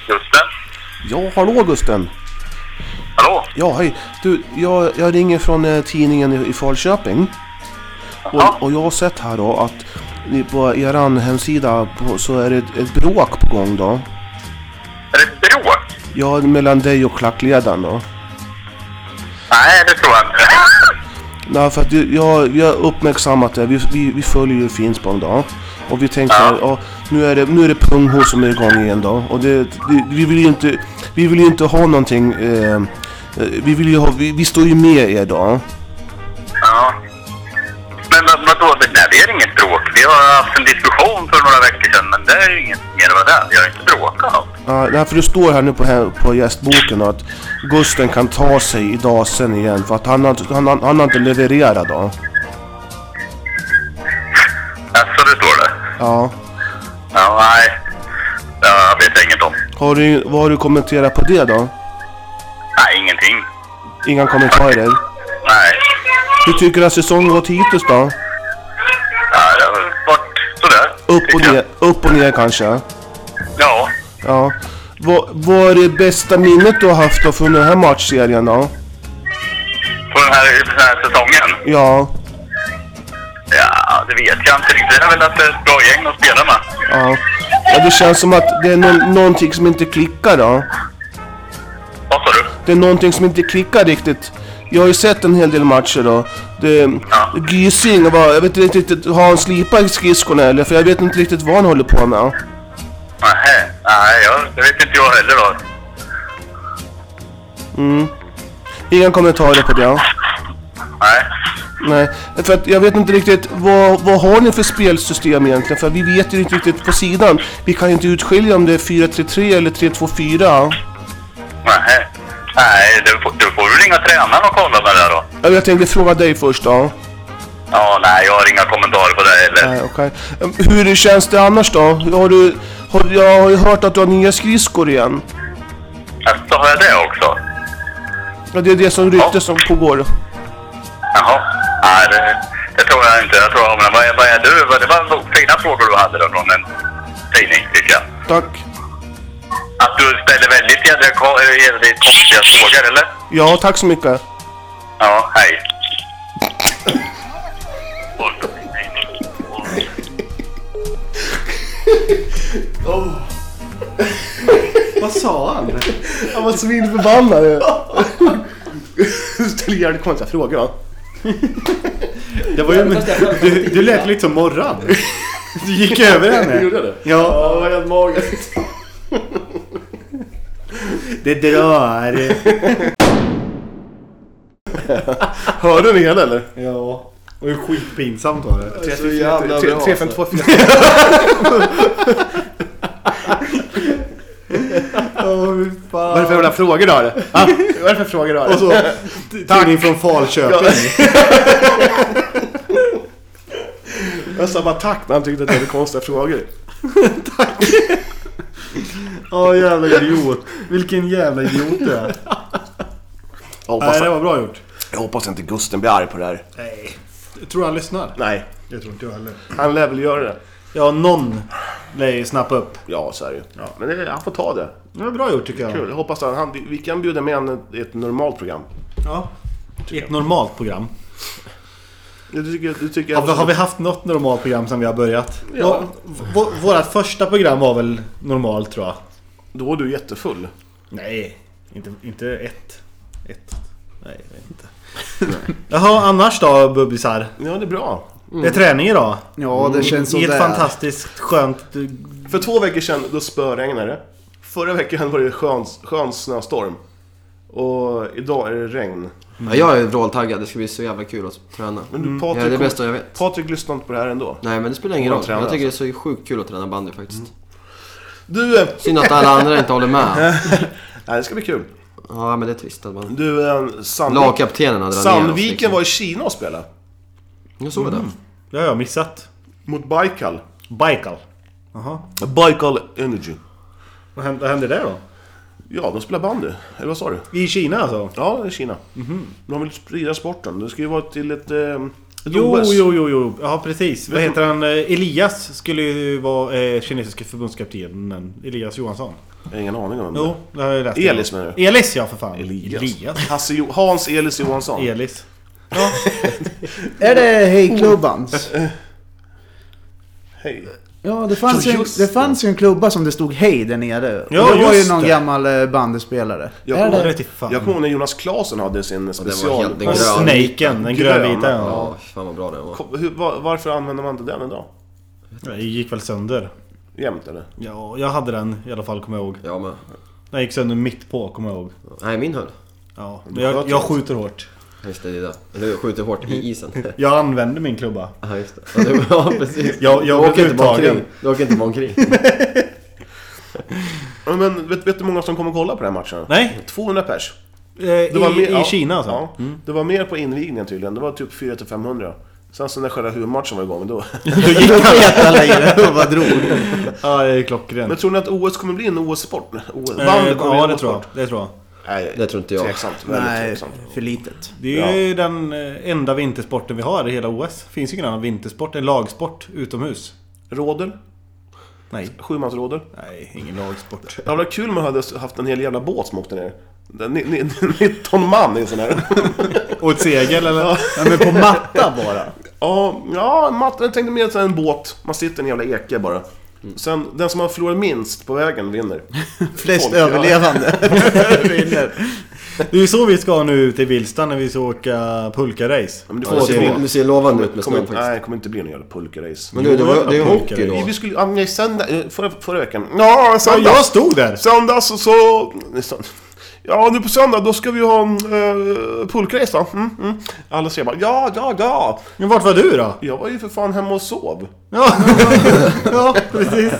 E: Gusten?
B: Ja, hallå Gusten!
E: Hallå?
B: Ja, hej. Du, jag, jag ringer från eh, tidningen i, i Falköping.
E: Jaha.
B: Och, och jag har sett här då att ni på er hemsida på, så är det ett, ett bråk på gång då.
E: Är det ett bråk?
B: Ja, mellan dig och klackledaren då.
E: Nej, det tror jag inte.
B: Nej, för att du- jag, vi har uppmärksammat det. Vi, vi, vi följer ju Finspång då. Och vi tänkte ja. ja, nu är det, nu är det punghos som är igång igen då. Och det, det, vi vill ju inte, vi vill ju inte ha någonting, eh, eh, vi vill ju ha, vi, vi står ju med er då.
E: Ja. Men vad- vadå? Det- Nej, det är inget bråk. Vi har haft en diskussion för några veckor sedan, men det är ju inget mer vad det är. Vi har inte bråkat något.
B: Ja, nej, för det står här nu på, här, på gästboken att Gusten kan ta sig i dasen igen för att han har, han, har- han har inte levererat då.
E: Alltså, det står det?
B: Ja.
E: Ja, nej. Jag vet jag inget om.
B: Har du, vad har du kommenterat på det då?
E: Nej, ingenting.
B: Inga kommentarer?
E: Nej.
B: Hur tycker du att säsongen gått hittills då?
E: Ja, det har väl varit sådär.
B: Upp och
E: tycker jag.
B: ner, upp och ner kanske?
E: Ja.
B: Ja. Vad, vad är det bästa minnet du har haft då från den här matchserien då?
E: På den här, den här säsongen?
B: Ja.
E: Ja, det vet jag inte riktigt. Jag vill att det är ett bra gäng att spela med.
B: Ja. ja det känns som att det är nå- någonting som inte klickar då.
E: Vad sa du?
B: Det är någonting som inte klickar riktigt. Jag har ju sett en hel del matcher då. Det, Gysing var, jag vet inte riktigt, har han slipat skridskorna eller? För jag vet inte riktigt vad han håller på med.
E: Nähä. Nej, jag, det vet inte jag heller då.
B: Inga kommentarer på det.
E: Nej.
B: Nej, för att jag vet inte riktigt vad, vad har ni för spelsystem egentligen? För vi vet ju inte riktigt på sidan. Vi kan ju inte utskilja om det är 4-3-3 eller 3-2-4.
E: Nähä. Nej, du, får- du får väl ringa tränaren och kolla med det då.
B: Ja, Jag tänkte fråga dig först då.
E: Ja, nej, jag har inga kommentarer på det heller.
B: Nej, okej. Ehm, Hur känns det annars då? Har du, har, jag har ju hört att du har nya skridskor igen.
E: Alltså, har jag det också?
B: Ja, det är det som ryktes som pågår.
E: Jaha. Nej, det, det tror jag inte. Jag tror, men vad, är- vad är du? Vad- Det var fina frågor du hade då från en tidning, tycker jag.
B: Tack.
E: Att du ställer väldigt jädra ko- eh, jävligt konstiga frågor, eller?
B: Ja, tack så mycket.
E: Ja, hej.
D: Vad sa han?
B: Han var svinförbannad. Ställer jävligt konstiga frågor va?
A: Det var ju... Du, du lät lite som Morran. Du gick över henne.
B: det?
A: Ja.
B: Ja, det var helt magiskt.
A: Det drar.
B: Hörde ni hela eller?
A: Ja. Och hur skitpinsamt var det.
B: Så jävla
D: bra, alltså.
B: 352
A: Vad är det för jävla frågor du har? Vad är det för frågor du har? Och så tidning från Falköping.
B: Jag sa bara tack när han tyckte att det var konstiga frågor.
A: Åh jävla idiot. Vilken jävla idiot du är.
B: Jag hoppas,
A: Nej, det var bra gjort.
B: jag hoppas inte Gusten blir arg på det här.
A: Nej. Tror du han lyssnar?
B: Nej,
A: Jag tror inte jag heller.
B: han lär väl göra det.
A: Ja, någon lär ju snappa upp.
B: Ja, så är det ju. Men det, han får ta det.
A: Det var bra gjort tycker jag.
B: Kul. Jag hoppas att han, vi kan bjuda med honom i ett normalt program.
A: Ja. I ett normalt program.
B: Du tycker, du tycker
A: Har vi, har vi haft något normalt program sedan vi har börjat?
B: Ja.
A: Vå- Vårat första program var väl normalt tror jag.
B: Då var du jättefull.
A: Nej, inte, inte ett. Ett. Nej, jag vet inte. Jaha, annars då bubbisar?
B: Ja, det är bra.
A: Det är träning idag.
D: Ja, det känns
A: I
D: sådär.
A: ett fantastiskt skönt...
B: För två veckor sedan då spöregnade det. Förra veckan var det skön, skön snöstorm. Och idag är det regn.
F: Ja, jag är vråltaggad, det ska bli så jävla kul att träna.
B: Men du,
F: Ja, det
B: Patrik,
F: är det bästa Mm. jag vet.
B: Patrik lyssnar inte på det här ändå.
F: Nej men det spelar ingen
B: Och de
F: roll.
B: tränar
F: Jag tycker det är så sjukt kul att träna bandy faktiskt.
B: Du! eh,
F: Synd att alla andra inte håller med.
B: Nej, det ska bli kul.
F: Ja men det är trist att man...
B: Du, eh, Sand...
F: Lagkaptenen har dragit ner oss,
B: Sandviken
F: liksom.
B: var Mm. i Kina och spelade.
F: Jag såg det.
A: Det har jag missat.
B: Mot Baikal.
A: Baikal.
B: Baikal Energy.
A: Vad hände, vad hände där då?
B: Ja, de spelar bandy. Eller vad sa du?
A: I Kina alltså?
B: Ja, det är Kina.
F: Mhm.
B: De vill sprida sporten. Det ska ju vara till ett... Eh, ett
A: Jo,
B: OS.
A: jo, jo, jo. Ja, precis. Vad
B: du-
A: heter han? Eh, Elias skulle ju vara eh, kinesiska förbundskaptenen. Elias Johansson.
B: Jag har ingen aning om det.
A: Jo, det har jag läst.
B: Elis menar du?
A: Elis, ja för fan.
B: Elias.
A: Elias.
B: Hasse jo- Hans Elis Johansson.
A: Elis.
D: Är det Hej-klubbans?
B: Hej.
D: Ja, det fanns,
B: Ja,
D: ju, en,
B: just
D: det
B: det.
D: fanns ju en klubba som det stod Hej där nere.
A: Ja,
D: Ja, det var ju
A: just
D: någon
A: det.
D: gammal eh, bandespelare.
B: Jag
D: är
B: kommer-
D: det?
A: vet inte fan.
B: Jag kommer ihåg när Jonas Klasen hade sin special...
F: helt- den
A: Och
F: gröna.
A: Snaken, den
B: Grön,
A: grönvita. Ja.
F: Ja, fan vad bra den var.
B: Ko- hur, var, varför använder man inte den idag?
A: Det gick väl sönder.
B: Jämt eller?
A: Ja, jag hade den i alla fall kommer jag ihåg.
F: Jag med.
A: Den gick sönder mitt på kommer jag ihåg.
F: Nej, min höll.
A: Ja, men jag, jag skjuter hårt.
F: Just det, det där. Du skjuter hårt i isen.
A: Jag använder min klubba.
F: Ja, just det. Ja, det var- Ja, precis.
A: Jag-
F: du
A: jag blev
F: åker inte bara
A: uttagen.
F: omkring. Du åker inte bara omkring.
B: Ja, Men vet, vet du hur många som kommer kolla på den här matchen?
A: Nej.
B: 200 pers.
A: Eh, I, i
B: ja,
A: Kina alltså?
B: Ja, Det var mer på invigningen tydligen. Det var typ 400-500. Sen så när själva huvudmatchen var igång, då...
A: Då gick han
D: Peta längre, vad drog.
A: Ja, det är klockrent.
B: Men tror ni att OS kommer bli en OS-sport? Bandy
A: Eh,
B: kommer bli
A: ja,
B: en
A: det
B: OS-sport?
A: tror jag. Det tror jag.
B: Nej,
F: Det tror inte jag.
B: Tveksamt. Väldigt
D: Nej,
B: tveksamt.
D: för litet.
A: Det är ju den eh, enda vintersporten vi har i hela OS. finns ju ingen annan vintersport. En lagsport utomhus.
B: Rådel?
A: Nej.
B: Sjumansrådel?
A: Nej, ingen lagsport.
B: Det hade varit kul om man hade haft en hel jävla båt som åkte ner. Den- ni- ni- 19 man i en sån här.
A: Och ett segel eller? Nej, men på matta bara.
B: Ja, ja Matt, jag tänkte mer så här en båt. Man sitter i en jävla eke bara.
F: Mm.
B: Sen, den som har förlorat minst på vägen vinner.
D: Flest
B: Folk, ja.
D: överlevande vinner.
A: Det är ju så vi ska nu till Vilsta när vi ska åka pulkarace.
B: Men det
F: Ja, det, ser, det ser lovande ut med
B: kommer
F: snön
B: inte,
F: faktiskt.
B: nej, det kommer inte bli någon jävla pulkarace.
F: Men du, det, var, det är ju
A: Pulka
F: hockey
A: i-
F: då.
B: Vi- Vi skulle, ja, men söndag, eh, förra, förra veckan. Ja,
A: Ja,
B: söndag.
A: jag stod där!
B: Söndag så, så... nej, sönd- Ja, nu på söndag då ska vi ha en eh, pulkrace då. Mm, mm. Alla säger bara ja, ja, ja.
A: Men vart var du då?
B: Jag var ju för fan hemma och sov.
A: Ja, ja precis.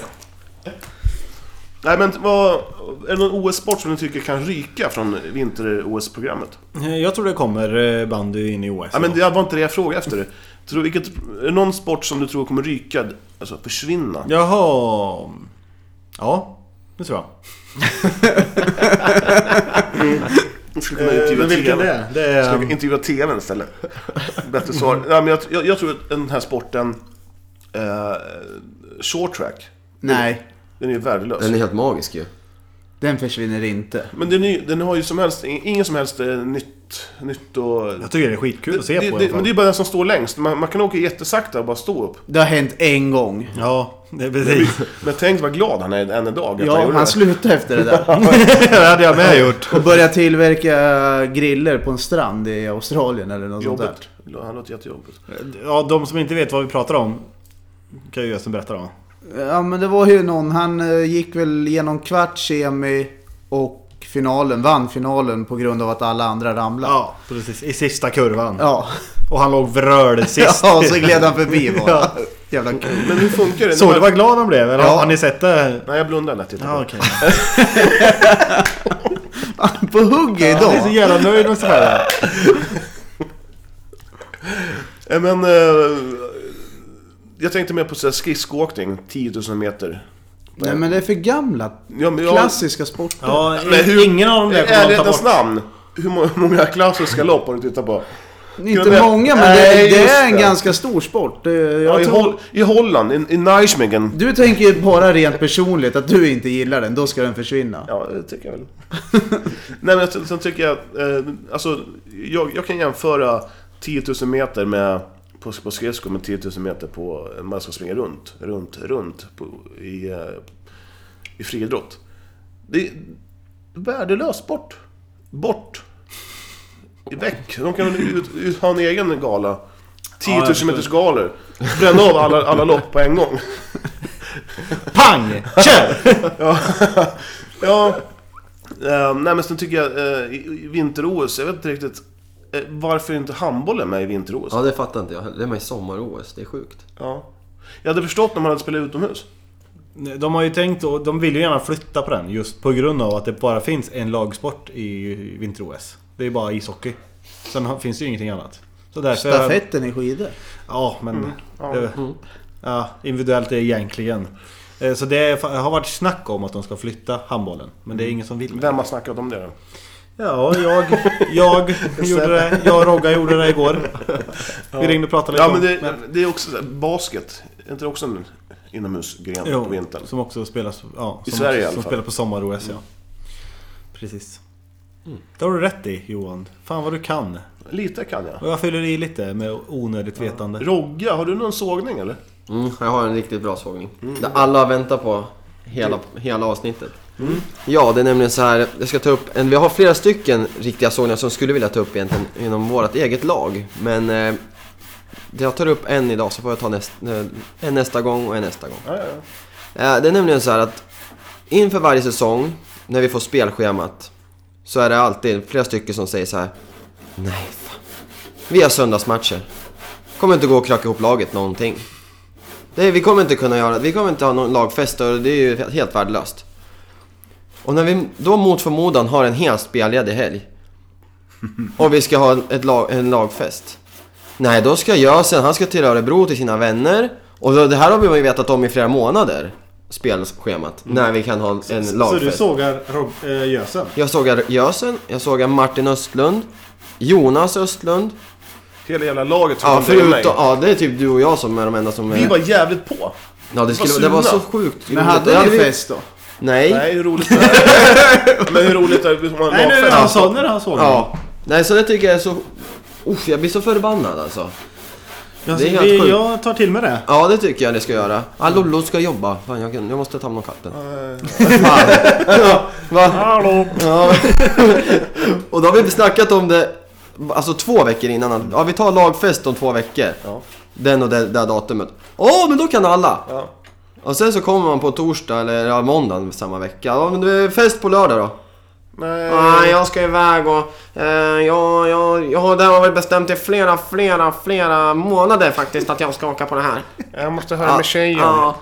B: Nej men vad... Är det någon OS-sport som ni tycker kan ryka från vinter-OS-programmet?
A: Eh, Jag tror det kommer eh, bandy in i OS.
B: Ja, men det var inte det jag frågade efter. Tror, du vilket, är det någon sport som du tror kommer ryka, alltså försvinna?
A: Jaha... Ja, det tror jag.
B: Jag skulle kunna intervjua TV.
A: Eh, Det
B: Jag
A: är... Mm.
B: skulle intervjua TVn istället. Bättre svar. Nej, men jag, jag, jag tror att den här sporten... Eh, short track.
D: Nej,
B: Den är ju värdelös.
F: Den är helt magisk ju.
D: den försvinner inte.
B: Men den, är, ju- den har ju som helst, ingen som helst eh, nytt, nytt och...
A: Jag tycker det är skitkul att se
B: det,
A: på i
B: det,
A: alla
B: Men
A: fall.
B: det är bara den som står längst. Man, man kan åka jättesakta och bara stå upp.
D: Det har hänt en gång.
A: Ja, det är precis.
B: Men tänk vad glad han är än idag. att
D: Ja,
B: gjorde
D: han
B: det.
D: slutade efter det där.
A: det hade jag med gjort.
D: Och började tillverka eh, griller på en strand i Australien eller något sånt där.
B: Jobbigt. Han låter jättejobbigt.
A: Ja, de som inte vet vad vi pratar om kan ju Östen berätta då.
D: Ja men det var ju någon, han eh, gick väl genom kvart, semi och finalen, vann finalen på grund av att alla andra ramlade.
A: Ja, precis. I sista kurvan.
D: Ja,
A: Och han låg vröl sist.
D: ja och så gled han förbi bara.
A: Ja.
D: Jävla kul.
B: Men hur funkar det?
A: Såg du vad glad han blev? Eller
D: Ja.
A: har ni sett det?
B: Nej, jag blundar när jag tittar på
A: Ja,
B: det.
A: okej.
D: På hugget
A: Han är så
D: idag!
A: jävla nöjd med sådär.
B: Eh, Men... Eh, jag tänkte mer på så här skridskoåkning, 10 000 meter.
D: Nej men det är för gamla
B: Ja, men jag-
D: klassiska sporter.
A: Ja,
B: Men hur-
A: ingen av dem
B: I
A: där kommer de ta
B: ärlighetens
A: bort.
B: namn, hur må- hur många klassiska lopp har du tittat på?
D: Inte
B: men-
D: många men
B: Nej,
D: det, det
B: just
D: är en
B: det.
D: ganska stor sport. Det-
B: Ja,
D: Jag
B: i,
D: tror,
B: Hol- I Holland, i, i Nijmegen.
D: du tänker ju bara rent personligt att du inte gillar den, då ska den försvinna.
B: Ja, det tycker jag väl. Nej, men sen- sen tycker jag att... Eh, alltså, jag, jag kan jämföra 10 000 meter med, på, på skridskor med 10 000 meter på... Man ska springa runt, runt, runt på, i, eh, i friidrott. Det är värdelös sport. Bort. I väck. De kan ut, ut, ha en egen gala. 10 000 meters galor. Bränna av alla, alla lopp på en gång.
A: Pang! Kör!
B: Ja. Eh, nej men sen tycker jag eh, i- i vinter-OS, jag vet inte riktigt eh, varför är inte handbollen med i vinter-OS.
F: Ja,
B: Ja.
F: det fattar inte jag heller. Det är med i sommar-OS. Det är sjukt.
B: Jag hade förstått när man hade spelat utomhus.
A: De har ju tänkt och de vill ju gärna flytta på den just på grund av att det bara finns en lagsport i vinter-OS. Det är bara ishockey. Sen har- finns det ju ingenting annat. Så därför...
D: Stafetten i skidor.
B: Mm.
A: Ja, men... det- Ja, individuellt är egentligen. Eh, Så det är- har varit snack om att de ska flytta handbollen. Men det är ingen som vill.
B: Mm. Vem har snackat om det då?
A: Ja, jag, jag gjorde det. Jag och Rogga gjorde det igår. Vi ringde och pratade lite
B: Ja, men
A: om-
B: det, det är också så här, basket. Är inte det också en inomhusgren på
A: Jo,
B: vintern?
A: som också spelas... Ja,
B: I
A: som,
B: Sverige i alla
A: Som
B: fall.
A: spelar på sommar-OS, ja. Precis. Det har du rätt i, Johan. Fan vad du kan.
B: Lite kan jag.
A: Och jag fyller i lite med onödigt vetande.
B: Rogga, har du någon sågning eller?
F: Mm, jag har en riktigt bra sågning. Det alla väntar på hela, hela avsnittet. Ja, det är nämligen så här. Jag ska ta upp en, vi har flera stycken riktiga sågningar som jag skulle vilja ta upp egentligen inom vårt eget lag. Men eh, jag tar upp en idag så får jag ta näst, eh, en nästa gång och en nästa gång.
B: Ja, ja, ja.
F: Eh, Det är nämligen så här att inför varje säsong när vi får spelschemat så är det alltid flera stycken som säger så här. Nej, fan. Vi har söndagsmatcher. Kommer inte gå att kracka ihop laget någonting. Det, vi kommer inte kunna göra Vi kommer inte ha någon lagfest och det är ju helt värdelöst. Och när vi då mot förmodan har en helt spelledig helg och vi ska ha ett lag, en lagfest. Nej, då ska Jösen, han ska till Örebro till sina vänner. Och då- det här har vi ju vetat om i flera månader, spelschemat. När vi kan ha en
A: Så du
F: lagfest.
A: sågar Rob, eh, Gösen?
F: Jag sågar Jösen, jag sågar Martin Östlund, Jonas Östlund.
B: Hela jävla laget
F: Ja,
B: som förutom,
F: förutom, ja, det är typ du och jag som är de enda som är...
B: Vi var jävligt på.
F: ja, det, skulle, det var så sjukt.
D: Men
F: Det
D: hade
F: hade
D: ni
F: vi-
D: fest då?
F: Nej.
B: Nej, hur roligt är det? Men hur roligt är det om man har
A: Nej,
B: en
A: nu är
B: lagfest?
A: han såg. Nu är han såg.
F: Ja. Nej, så det tycker jag är så... Uff, jag blir så förbannad alltså.
A: Jag,
F: Det är helt
A: vi-
F: sjukt.
A: jag tar till mig det.
F: Ja, det tycker jag ni ska göra. Ja, Lollo ska jobba. Fan, jag, kan- jag måste ta hand om katten. Fan. Va?
A: Hallå!
F: Ja. Och då har vi snackat om det Alltså två veckor innan. att, Ja, vi tar lagfest om två veckor. Den och det, det här datumet. Åh, men då kan alla!
B: Ja.
F: Och sen så kommer man på torsdag eller ja, måndag samma vecka. Ja, men det är fest på lördag då.
B: Nej.
F: Nej, jag ska iväg och... Eh, jag, jag, jag, det har väl bestämt i flera, flera, flera månader faktiskt att jag ska åka på det här.
B: Jag måste höra
F: Ja,
B: med tjejen.
F: ja.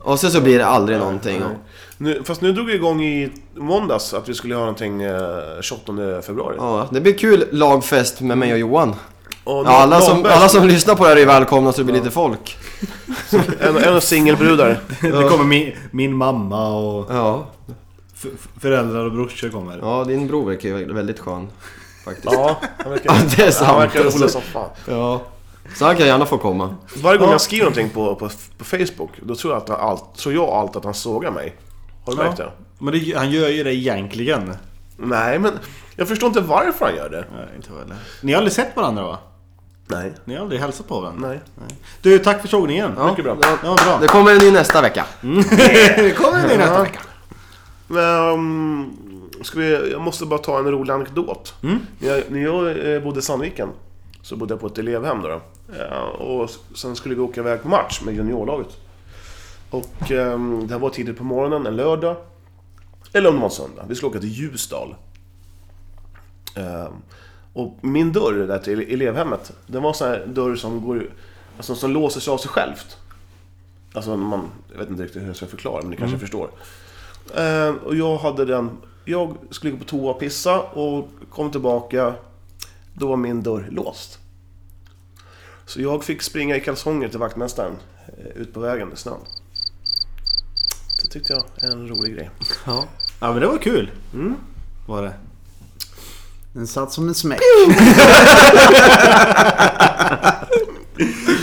F: Och sen så blir det aldrig någonting. Och,
B: Nu, fast nu drog vi igång i måndags att vi skulle ha någonting eh, 28 februari.
F: ja, det blir kul lagfest med mig och Johan.
B: Och
F: Ja, alla,
B: någon-
F: som,
B: någon-
F: alla som lyssnar på det här är välkomna så det blir lite folk.
B: En, en singelbrudar.
A: Det kommer min, min mamma och
F: Ja.
A: f- f- föräldrar och brorsor kommer.
F: ja, din bror verkar ju väldigt skön. Faktiskt.
B: Ja, han verkar,
F: Ja, det är sant.
B: Han verkar rolig som fan.
F: Ja. Så han kan gärna få komma.
B: Varje gång jag skriver någonting på, på, på Facebook, då tror jag, att han allt, tror jag allt att han sågar mig. Har du
A: Ja.
B: märkt det?
A: Men det, han gör ju det egentligen.
B: Nej, men jag förstår inte varför han gör det.
A: Nej, inte heller. Ni har aldrig sett varandra va?
B: Nej.
A: Ni har aldrig hälsat på varandra?
B: Nej.
A: Du, tack för sågningen.
B: Mycket bra.
A: Det var bra.
F: Det kommer en ny nästa vecka.
A: Det kommer ni nästa vecka.
B: Men, um, ska vi, jag måste bara ta en rolig anekdot. När, jag, när jag eh, bodde i Sandviken så bodde jag på ett elevhem. Då, då. Eh, Och s- sen skulle vi åka iväg på match med juniorlaget. Och ehm, det här var tidigt på morgonen, en lördag. Eller om det var en söndag. Vi skulle åka till Ljusdal. Ehm, och min dörr där till elevhemmet, den var en sån här dörr som, går, alltså, som låser sig av sig självt. Alltså man, jag vet inte riktigt hur jag ska förklara, men ni kanske förstår. Eh, och jag hade den... Jag skulle gå på toa och pissa och kom tillbaka. Då var min dörr låst. Så jag fick springa i kalsonger till vaktmästaren eh, ut på vägen i snön. Det tyckte jag är en rolig grej.
A: Ja. ja, men det var kul. Var det.
D: Den satt som en smäck.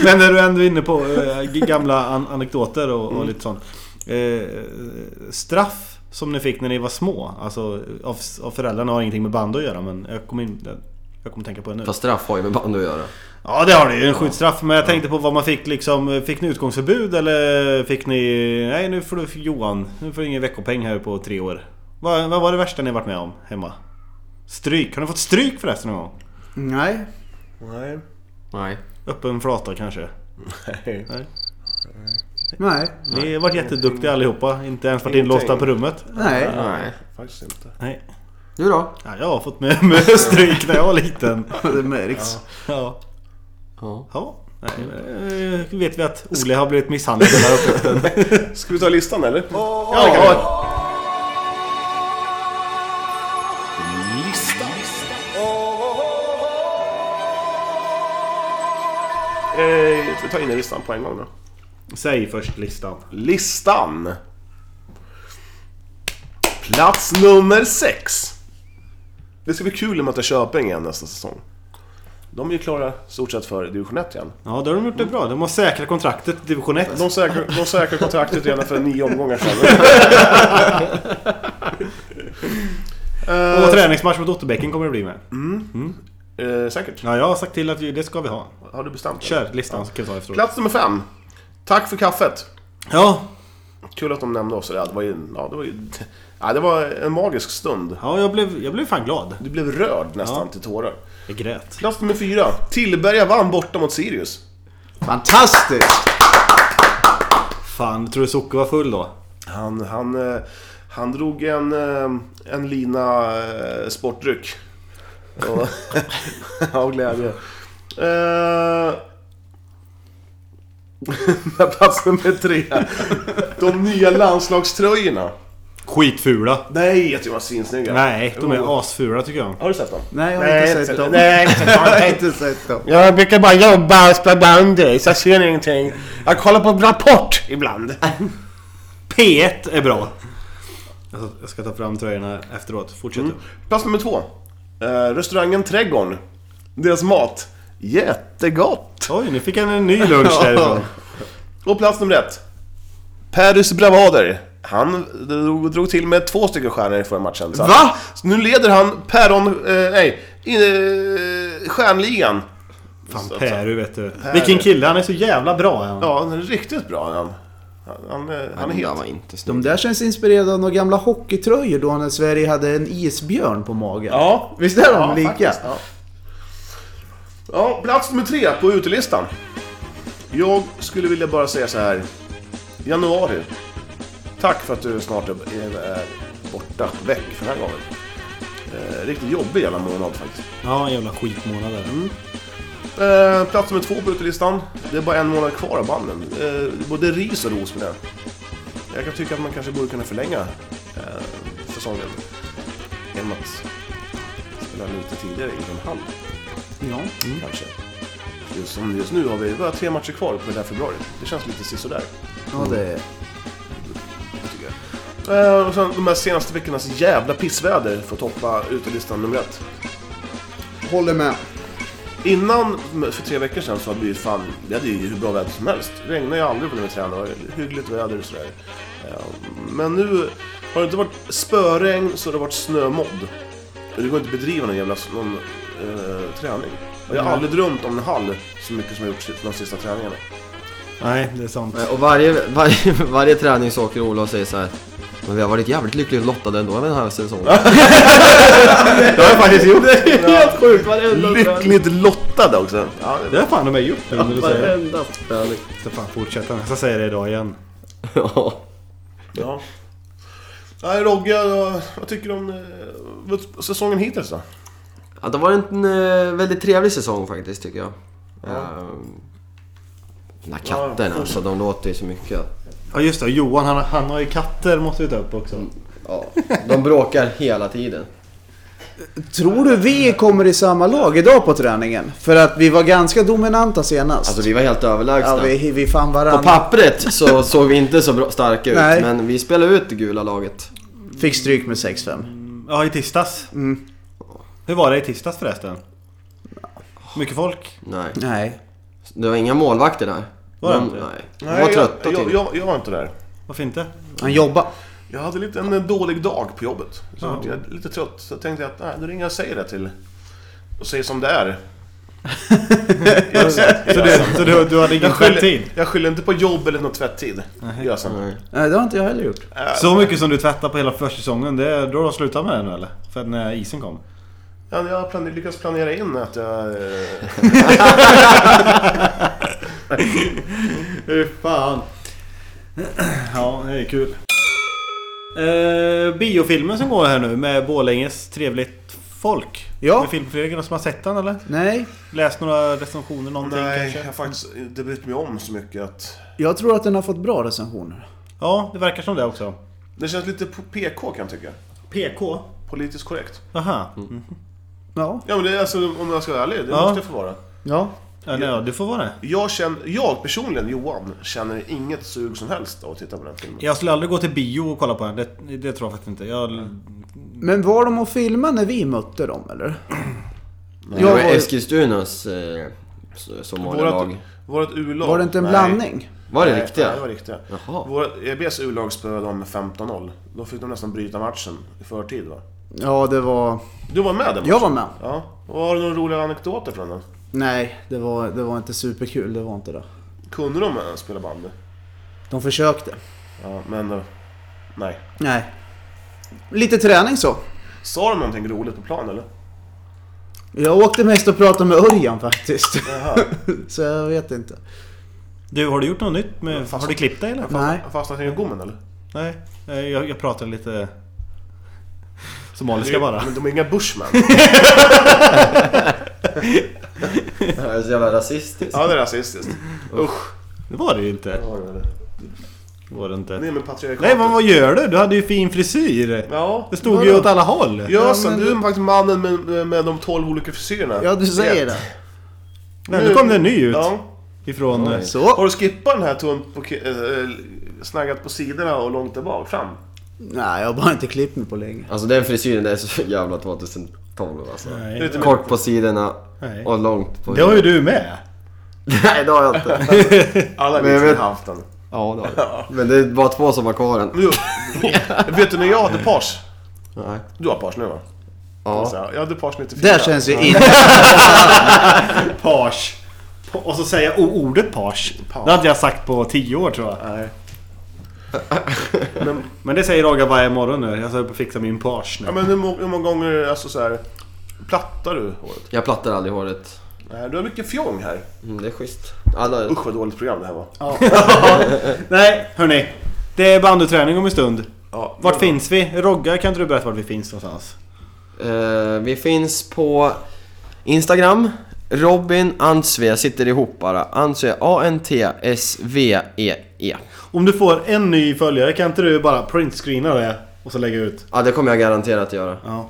A: Men när du ändå är inne på eh, g- gamla an- anekdoter och, och lite sånt. Eh, straff som ni fick när ni var små, alltså av, av föräldrarna har ingenting med band att göra men jag kommer in... Jag kommer tänka på det nu.
F: Fast straff har ju med band att göra.
A: Ja det har ni ju, en skyddsstraff. Men jag tänkte på vad man fick liksom. Fick ni utgångsförbud eller fick ni... Nej nu får du Johan, nu får du ingen veckopeng här på tre år. Vad, vad var det värsta ni varit med om hemma? Stryk, har ni fått stryk förresten någon gång?
D: Nej.
B: Nej.
F: Nej.
A: Öppen flata kanske?
B: Nej.
D: Nej.
A: Ni har varit jätteduktiga allihopa, inte ens varit inlåsta på rummet.
D: Nej.
F: Nej.
B: Faktiskt inte.
A: Nej.
F: Du då?
A: Ja, jag har fått med, med stryk när jag var liten.
D: Det märks.
A: Ja.
F: Ja.
A: Ja. Nej, men, eh, vet vi att Ole har blivit misshandlad hela uppväxten.
B: Ska vi ta listan eller?
A: Ja, det kan vi.
B: Eh, vi tar in listan på en gång då.
A: Säg först listan.
B: Listan. Plats nummer sex. Det ska bli kul att möta Köping igen nästa säsong. De är ju klara stort sett för division 1 igen.
A: Ja, då har de gjort det bra. De har säkrat kontraktet i division 1.
B: De säkrar, de säkrar kontraktet redan för nio omgångar sedan.
A: Och träningsmatch mot Otterbäcken kommer det bli med.
B: Eh, säkert.
A: Ja, jag har sagt till att vi- det ska vi ha.
B: Har du bestämt det?
A: Kör listan så kan vi ta det efteråt.
B: Plats nummer fem. Tack för kaffet.
A: Ja.
B: Kul att de nämnde oss. Ja, det var ju... Ja, det var, ju ja, det var en magisk stund.
A: Ja, jag blev, jag blev fan glad.
B: Du blev rörd nästan till tårar.
A: Jag grät.
B: Plats nummer fyra. Tillberga vann borta mot Sirius.
D: Fantastiskt!
A: Fan, tror du Socke var full då?
B: Han, han, eh, han drog en, eh, en lina eh, sportdryck. Och- Av glädje. Eh, Plats nummer tre. De nya landslagströjorna.
A: Skitfula.
B: Nej, jag tycker de var svinsnygga.
A: Nej, de
B: Jo.
A: är asfula tycker jag.
B: Har du sett dem?
D: Nej, jag har inte sett dem. Jag har inte sett dem.
B: Jag brukar bara jobba och spela bandy, så jag ser ingenting. Jag kollar på Rapport ibland.
A: P1 är bra. Alltså, jag ska ta fram tröjorna efteråt. Fortsätt du.
B: Mm. Plats nummer två. Eh, restaurangen Trädgården. Deras mat. Jättegott.
A: Oj, nu fick han en ny lunch därifrån.
B: Och plats nummer ett. Perus Bravader. Han drog, drog till med två stycken stjärnor i förra matchen. Så
D: Va?
B: Så nu leder han Päron... Eh, nej, i, eh, stjärnligan.
A: Fan, Peru vet du. Vilken kille, han är så jävla bra. är Han.
B: Ja, han är riktigt bra han. Han, han, är- han är
F: Den där
B: helt...
F: var inte snygg.
D: De där känns inspirerade av några gamla hockeytröjor då när Sverige hade en isbjörn på magen.
B: Ja,
D: Visst är de
B: Ja,
D: lika?
B: faktiskt, ja. ja, plats nummer tre på utelistan. Jag skulle vilja bara säga så här. Januari. Tack för att du snart är, är borta, väck för den här gången. Eh, riktigt jobbig jävla månad faktiskt.
A: Ja, en jävla skitmånad är det.
B: Mm. Eh, plats nummer två på utelistan. Det är bara en månad kvar av banden. Eh, både ris och ros med det. Jag kan tycka att man kanske borde kunna förlänga eh, säsongen. Genom att spela lite tidigare i en halv.
D: Ja. mm.
B: kanske. Just Som just nu har vi bara tre matcher kvar på det här februari. Det känns lite sisådär.
D: ja, det är...
B: Eh, och sen de här senaste veckornas jävla pissväder får toppa utelistan nummer ett.
D: Håller med.
B: Innan, för tre veckor sedan, så hade vi ju fan, vi hade ju hur bra väder som helst. Det regnade ju aldrig på när vi tränade, det var hyggligt väder och sådär. Eh, Men nu har det inte varit spöregn så har det varit snömodd. Och Det går inte att bedriva någon jävla någon, eh, träning. Och jag har aldrig drömt om en hall så mycket som jag gjort de sista träningarna.
A: Nej, det är sant.
F: Eh, Och varje, varje, varje träning så åker Ola och säger så här. Men vi har varit jävligt lyckligt lottade ändå den här säsongen.
B: Det har jag faktiskt gjort!
F: Helt sjukt, varenda
B: Lyckligt lottade också. Ja,
A: Det har fan de har gjort nu när du säger det.
F: Varenda träning.
A: Jag ska fan fortsätta. Jag ska säga det idag igen.
F: Ja.
B: ja. Nej, Rogge, vad- vad tycker du om eh, vad- säsongen hittills då?
F: Ja, det var en eh, väldigt trevlig säsong faktiskt tycker jag. Ehm, de där katterna alltså, de låter ju så mycket.
A: Ja just det, Johan han, han har ju katter måste vi ta upp också.
B: Mm.
F: Ja, de bråkar hela tiden.
D: Tror du vi kommer i samma lag idag på träningen? För att vi var ganska dominanta senast.
F: Alltså vi var helt överlägsna.
D: ja, vi, vi fann
F: På
D: varandra.
F: pappret så såg vi inte så bra, starka ut,
D: Nej.
F: men vi spelade ut det gula laget.
D: Fick stryk med 6-5.
A: Ja i tisdags.
B: Mm.
A: Hur var det i tisdags förresten? Mycket folk?
F: Nej.
D: Nej.
F: Det var inga målvakter där.
A: Var det
F: de,
A: inte?
F: nej. de var trötta
B: jag, jag,
F: typ.
B: jag, jag var inte där.
A: Varför inte?
D: Han jobbar.
B: Jag hade lite, en, en dålig dag på jobbet. Så vart jag lite trött. Så tänkte jag att nej, då ringer jag och säger det till... Och säger som det är. jag,
A: Så du, så du, du hade ingen
B: jag,
A: självtid?
B: skyller, jag skyller inte på jobb eller någon tvättid. Gör jag sen.
F: Nej.
D: Nej, det har inte jag heller gjort.
A: Så mycket som du tvättade på hela försäsongen, det, då har du slutat med det nu eller? För att när isen kom?
B: Jag, jag har planer, lyckats planera in att jag... eh,
A: Fy fan. Ja, det är kul. Eh, biofilmen som går här nu med Borlänges trevligt folk.
D: Ja.
A: Med filmfregarna som har sett den eller?
D: Nej.
A: Läst några recensioner någonting
B: Nej, jag
A: kanske?
B: har faktiskt inte brytt mig om så mycket att...
D: Jag tror att den har fått bra recensioner.
A: Ja, det verkar som det också.
B: Det känns lite på PK kan jag tycka.
A: PK?
B: Politiskt korrekt.
A: Aha.
D: Ja.
B: Ja men det är alltså, om jag ska vara ärlig, det
A: Ja.
B: måste jag få vara.
D: Ja.
A: Eller ja, du får vara det.
B: Jag, känner, jag personligen, Johan, känner inget sug som helst av att titta på den filmen.
A: Jag skulle aldrig gå till bio och kolla på den. Det, det tror jag faktiskt inte. Jag,
D: Men var de och filmade när vi mötte dem eller?
F: Det var
D: Jag var-
F: Eskilstunas eh, s- sommarlag.
B: Vårat, vårat U-lag...
D: Var det inte en
B: Nej.
D: blandning?
F: Var det
B: Nej,
F: riktiga?
B: Nej, det var riktiga.
F: Jaha.
B: Vårat EBs U-lag spöade dem med 15-0. Då fick de nästan bryta matchen i förtid va?
D: Ja, det var...
B: Du var med den matchen?
D: Jag var med.
B: Ja. Och har du några roliga anekdoter från den?
D: Nej, det var, det var inte superkul. Det var inte det.
B: Kunde de eh, spela bandy?
D: De försökte.
B: Ja, men... eh, Nej.
D: Nej. Lite träning så.
B: Sa de någonting roligt på plan eller?
D: Jag åkte mest och pratade med Örjan faktiskt. så jag vet inte.
A: du, har du gjort något nytt? Med,
B: fast-
A: har du klippt dig eller?
D: Nej.
B: Fastnade i gommen eller?
A: Nej, eh, jag, jag pratar lite somaliska bara.
B: Men de är inga bushmen.
F: Det här är så jävla rasistiskt.
B: ja, det är rasistiskt.
A: Det var det ju inte.
B: Ja, det är det.
A: Det var det
B: Det är
A: inte.
B: med patriarkatet.
A: Nej, vad, vad gör du? Du hade ju fin frisyr.
B: Ja.
A: Det stod ju åt alla håll.
B: Ja, så
D: men
B: du är faktiskt mannen med, med de 12 olika frisyrerna.
D: Ja, du säger
B: Ett.
D: det.
A: Nej, nu kom det en ny ut.
B: Ja.
A: Ifrån... eh,
B: Har
D: Så.
B: du skippat den här tunt på, ke- eh, eh, snaggat på sidorna och långt där bak fram?
D: Nej, jag har bara inte klippt mig på länge.
F: Alltså den frisyren där är så jävla 2012 alltså.
A: Nej.
B: Lite mer-
F: Kort på sidorna
A: Nej.
F: och långt på...
A: Det har ju du med.
F: Nej det har jag inte.
B: Alla
F: Men
B: vi
F: jag
B: har
F: vet-
B: haft den.
F: Ja det har jag. Men det är bara två som har kvar den.
B: Jo, vet du när jag hade pars?
F: Nej.
B: Du har pars nu va?
F: Ja.
B: Så, jag hade pars 94.
D: Där känns ju inte...
A: Page. Pa- Och så säger jag o- ordet page. Det hade jag sagt på tio år tror jag.
B: Nej.
A: Men, men det säger Aga varje morgon nu. Jag ska upp och fixa min page nu.
B: Ja, men hur, må- hur många gånger, alltså så här, plattar du håret?
F: Jag plattar aldrig håret.
B: Nej, du har mycket fjong här.
F: Mm, det är schysst. Alla...
B: Usch vad dåligt program det här var. Ja.
A: Nej, hörni. Det är bandyträning om en stund.
B: Ja,
A: Vart finns vi? Rogga, kan inte du berätta vart vi finns någonstans?
F: Eh, vi finns på Instagram. Robin Antsve sitter ihop bara. Antsve, E A-N-T-S-V-E-E.
A: Om du får en ny följare, kan inte du bara printscreena det och så lägga ut?
F: Ja, det kommer jag garanterat göra.
A: Ja.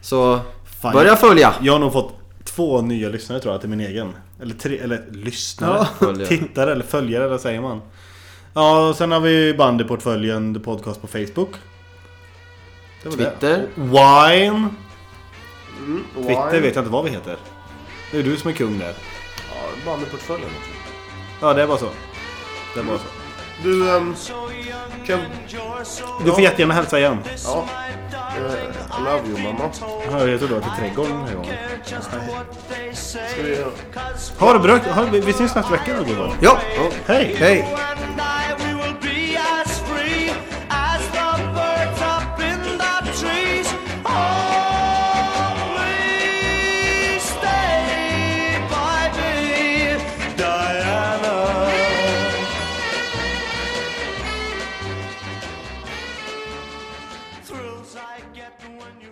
F: Så
A: Fan,
F: börja
A: jag-
F: följa!
A: Jag har nog fått två nya lyssnare tror jag till min egen. Eller tre, eller lyssnare.
F: Ja, följare.
A: Tittare eller följare, eller vad säger man? Ja, och sen har vi bandyportföljen The Podcast på Facebook. Det var det.
F: Twitter.
A: Wine. Twitter vet jag inte vad vi heter. Det är du som är kung där.
B: Ja, bandyportföljen.
A: Ja, det är bara så. Det är bara så.
B: Du, ehm, kan...
A: Du får jättegärna hälsa igen.
B: Ja. Eh, I love you mamma.
A: Hör jag tror då till trädgården den här gången.
B: Ska vi...
A: Ha det bra. Ha, vi vi syns nästa vecka då.
D: Ja,
A: Hej!
D: hej.
C: and I we will be as free as the birds up in the trees. Only stay by me, Diana. Thrills I get when you.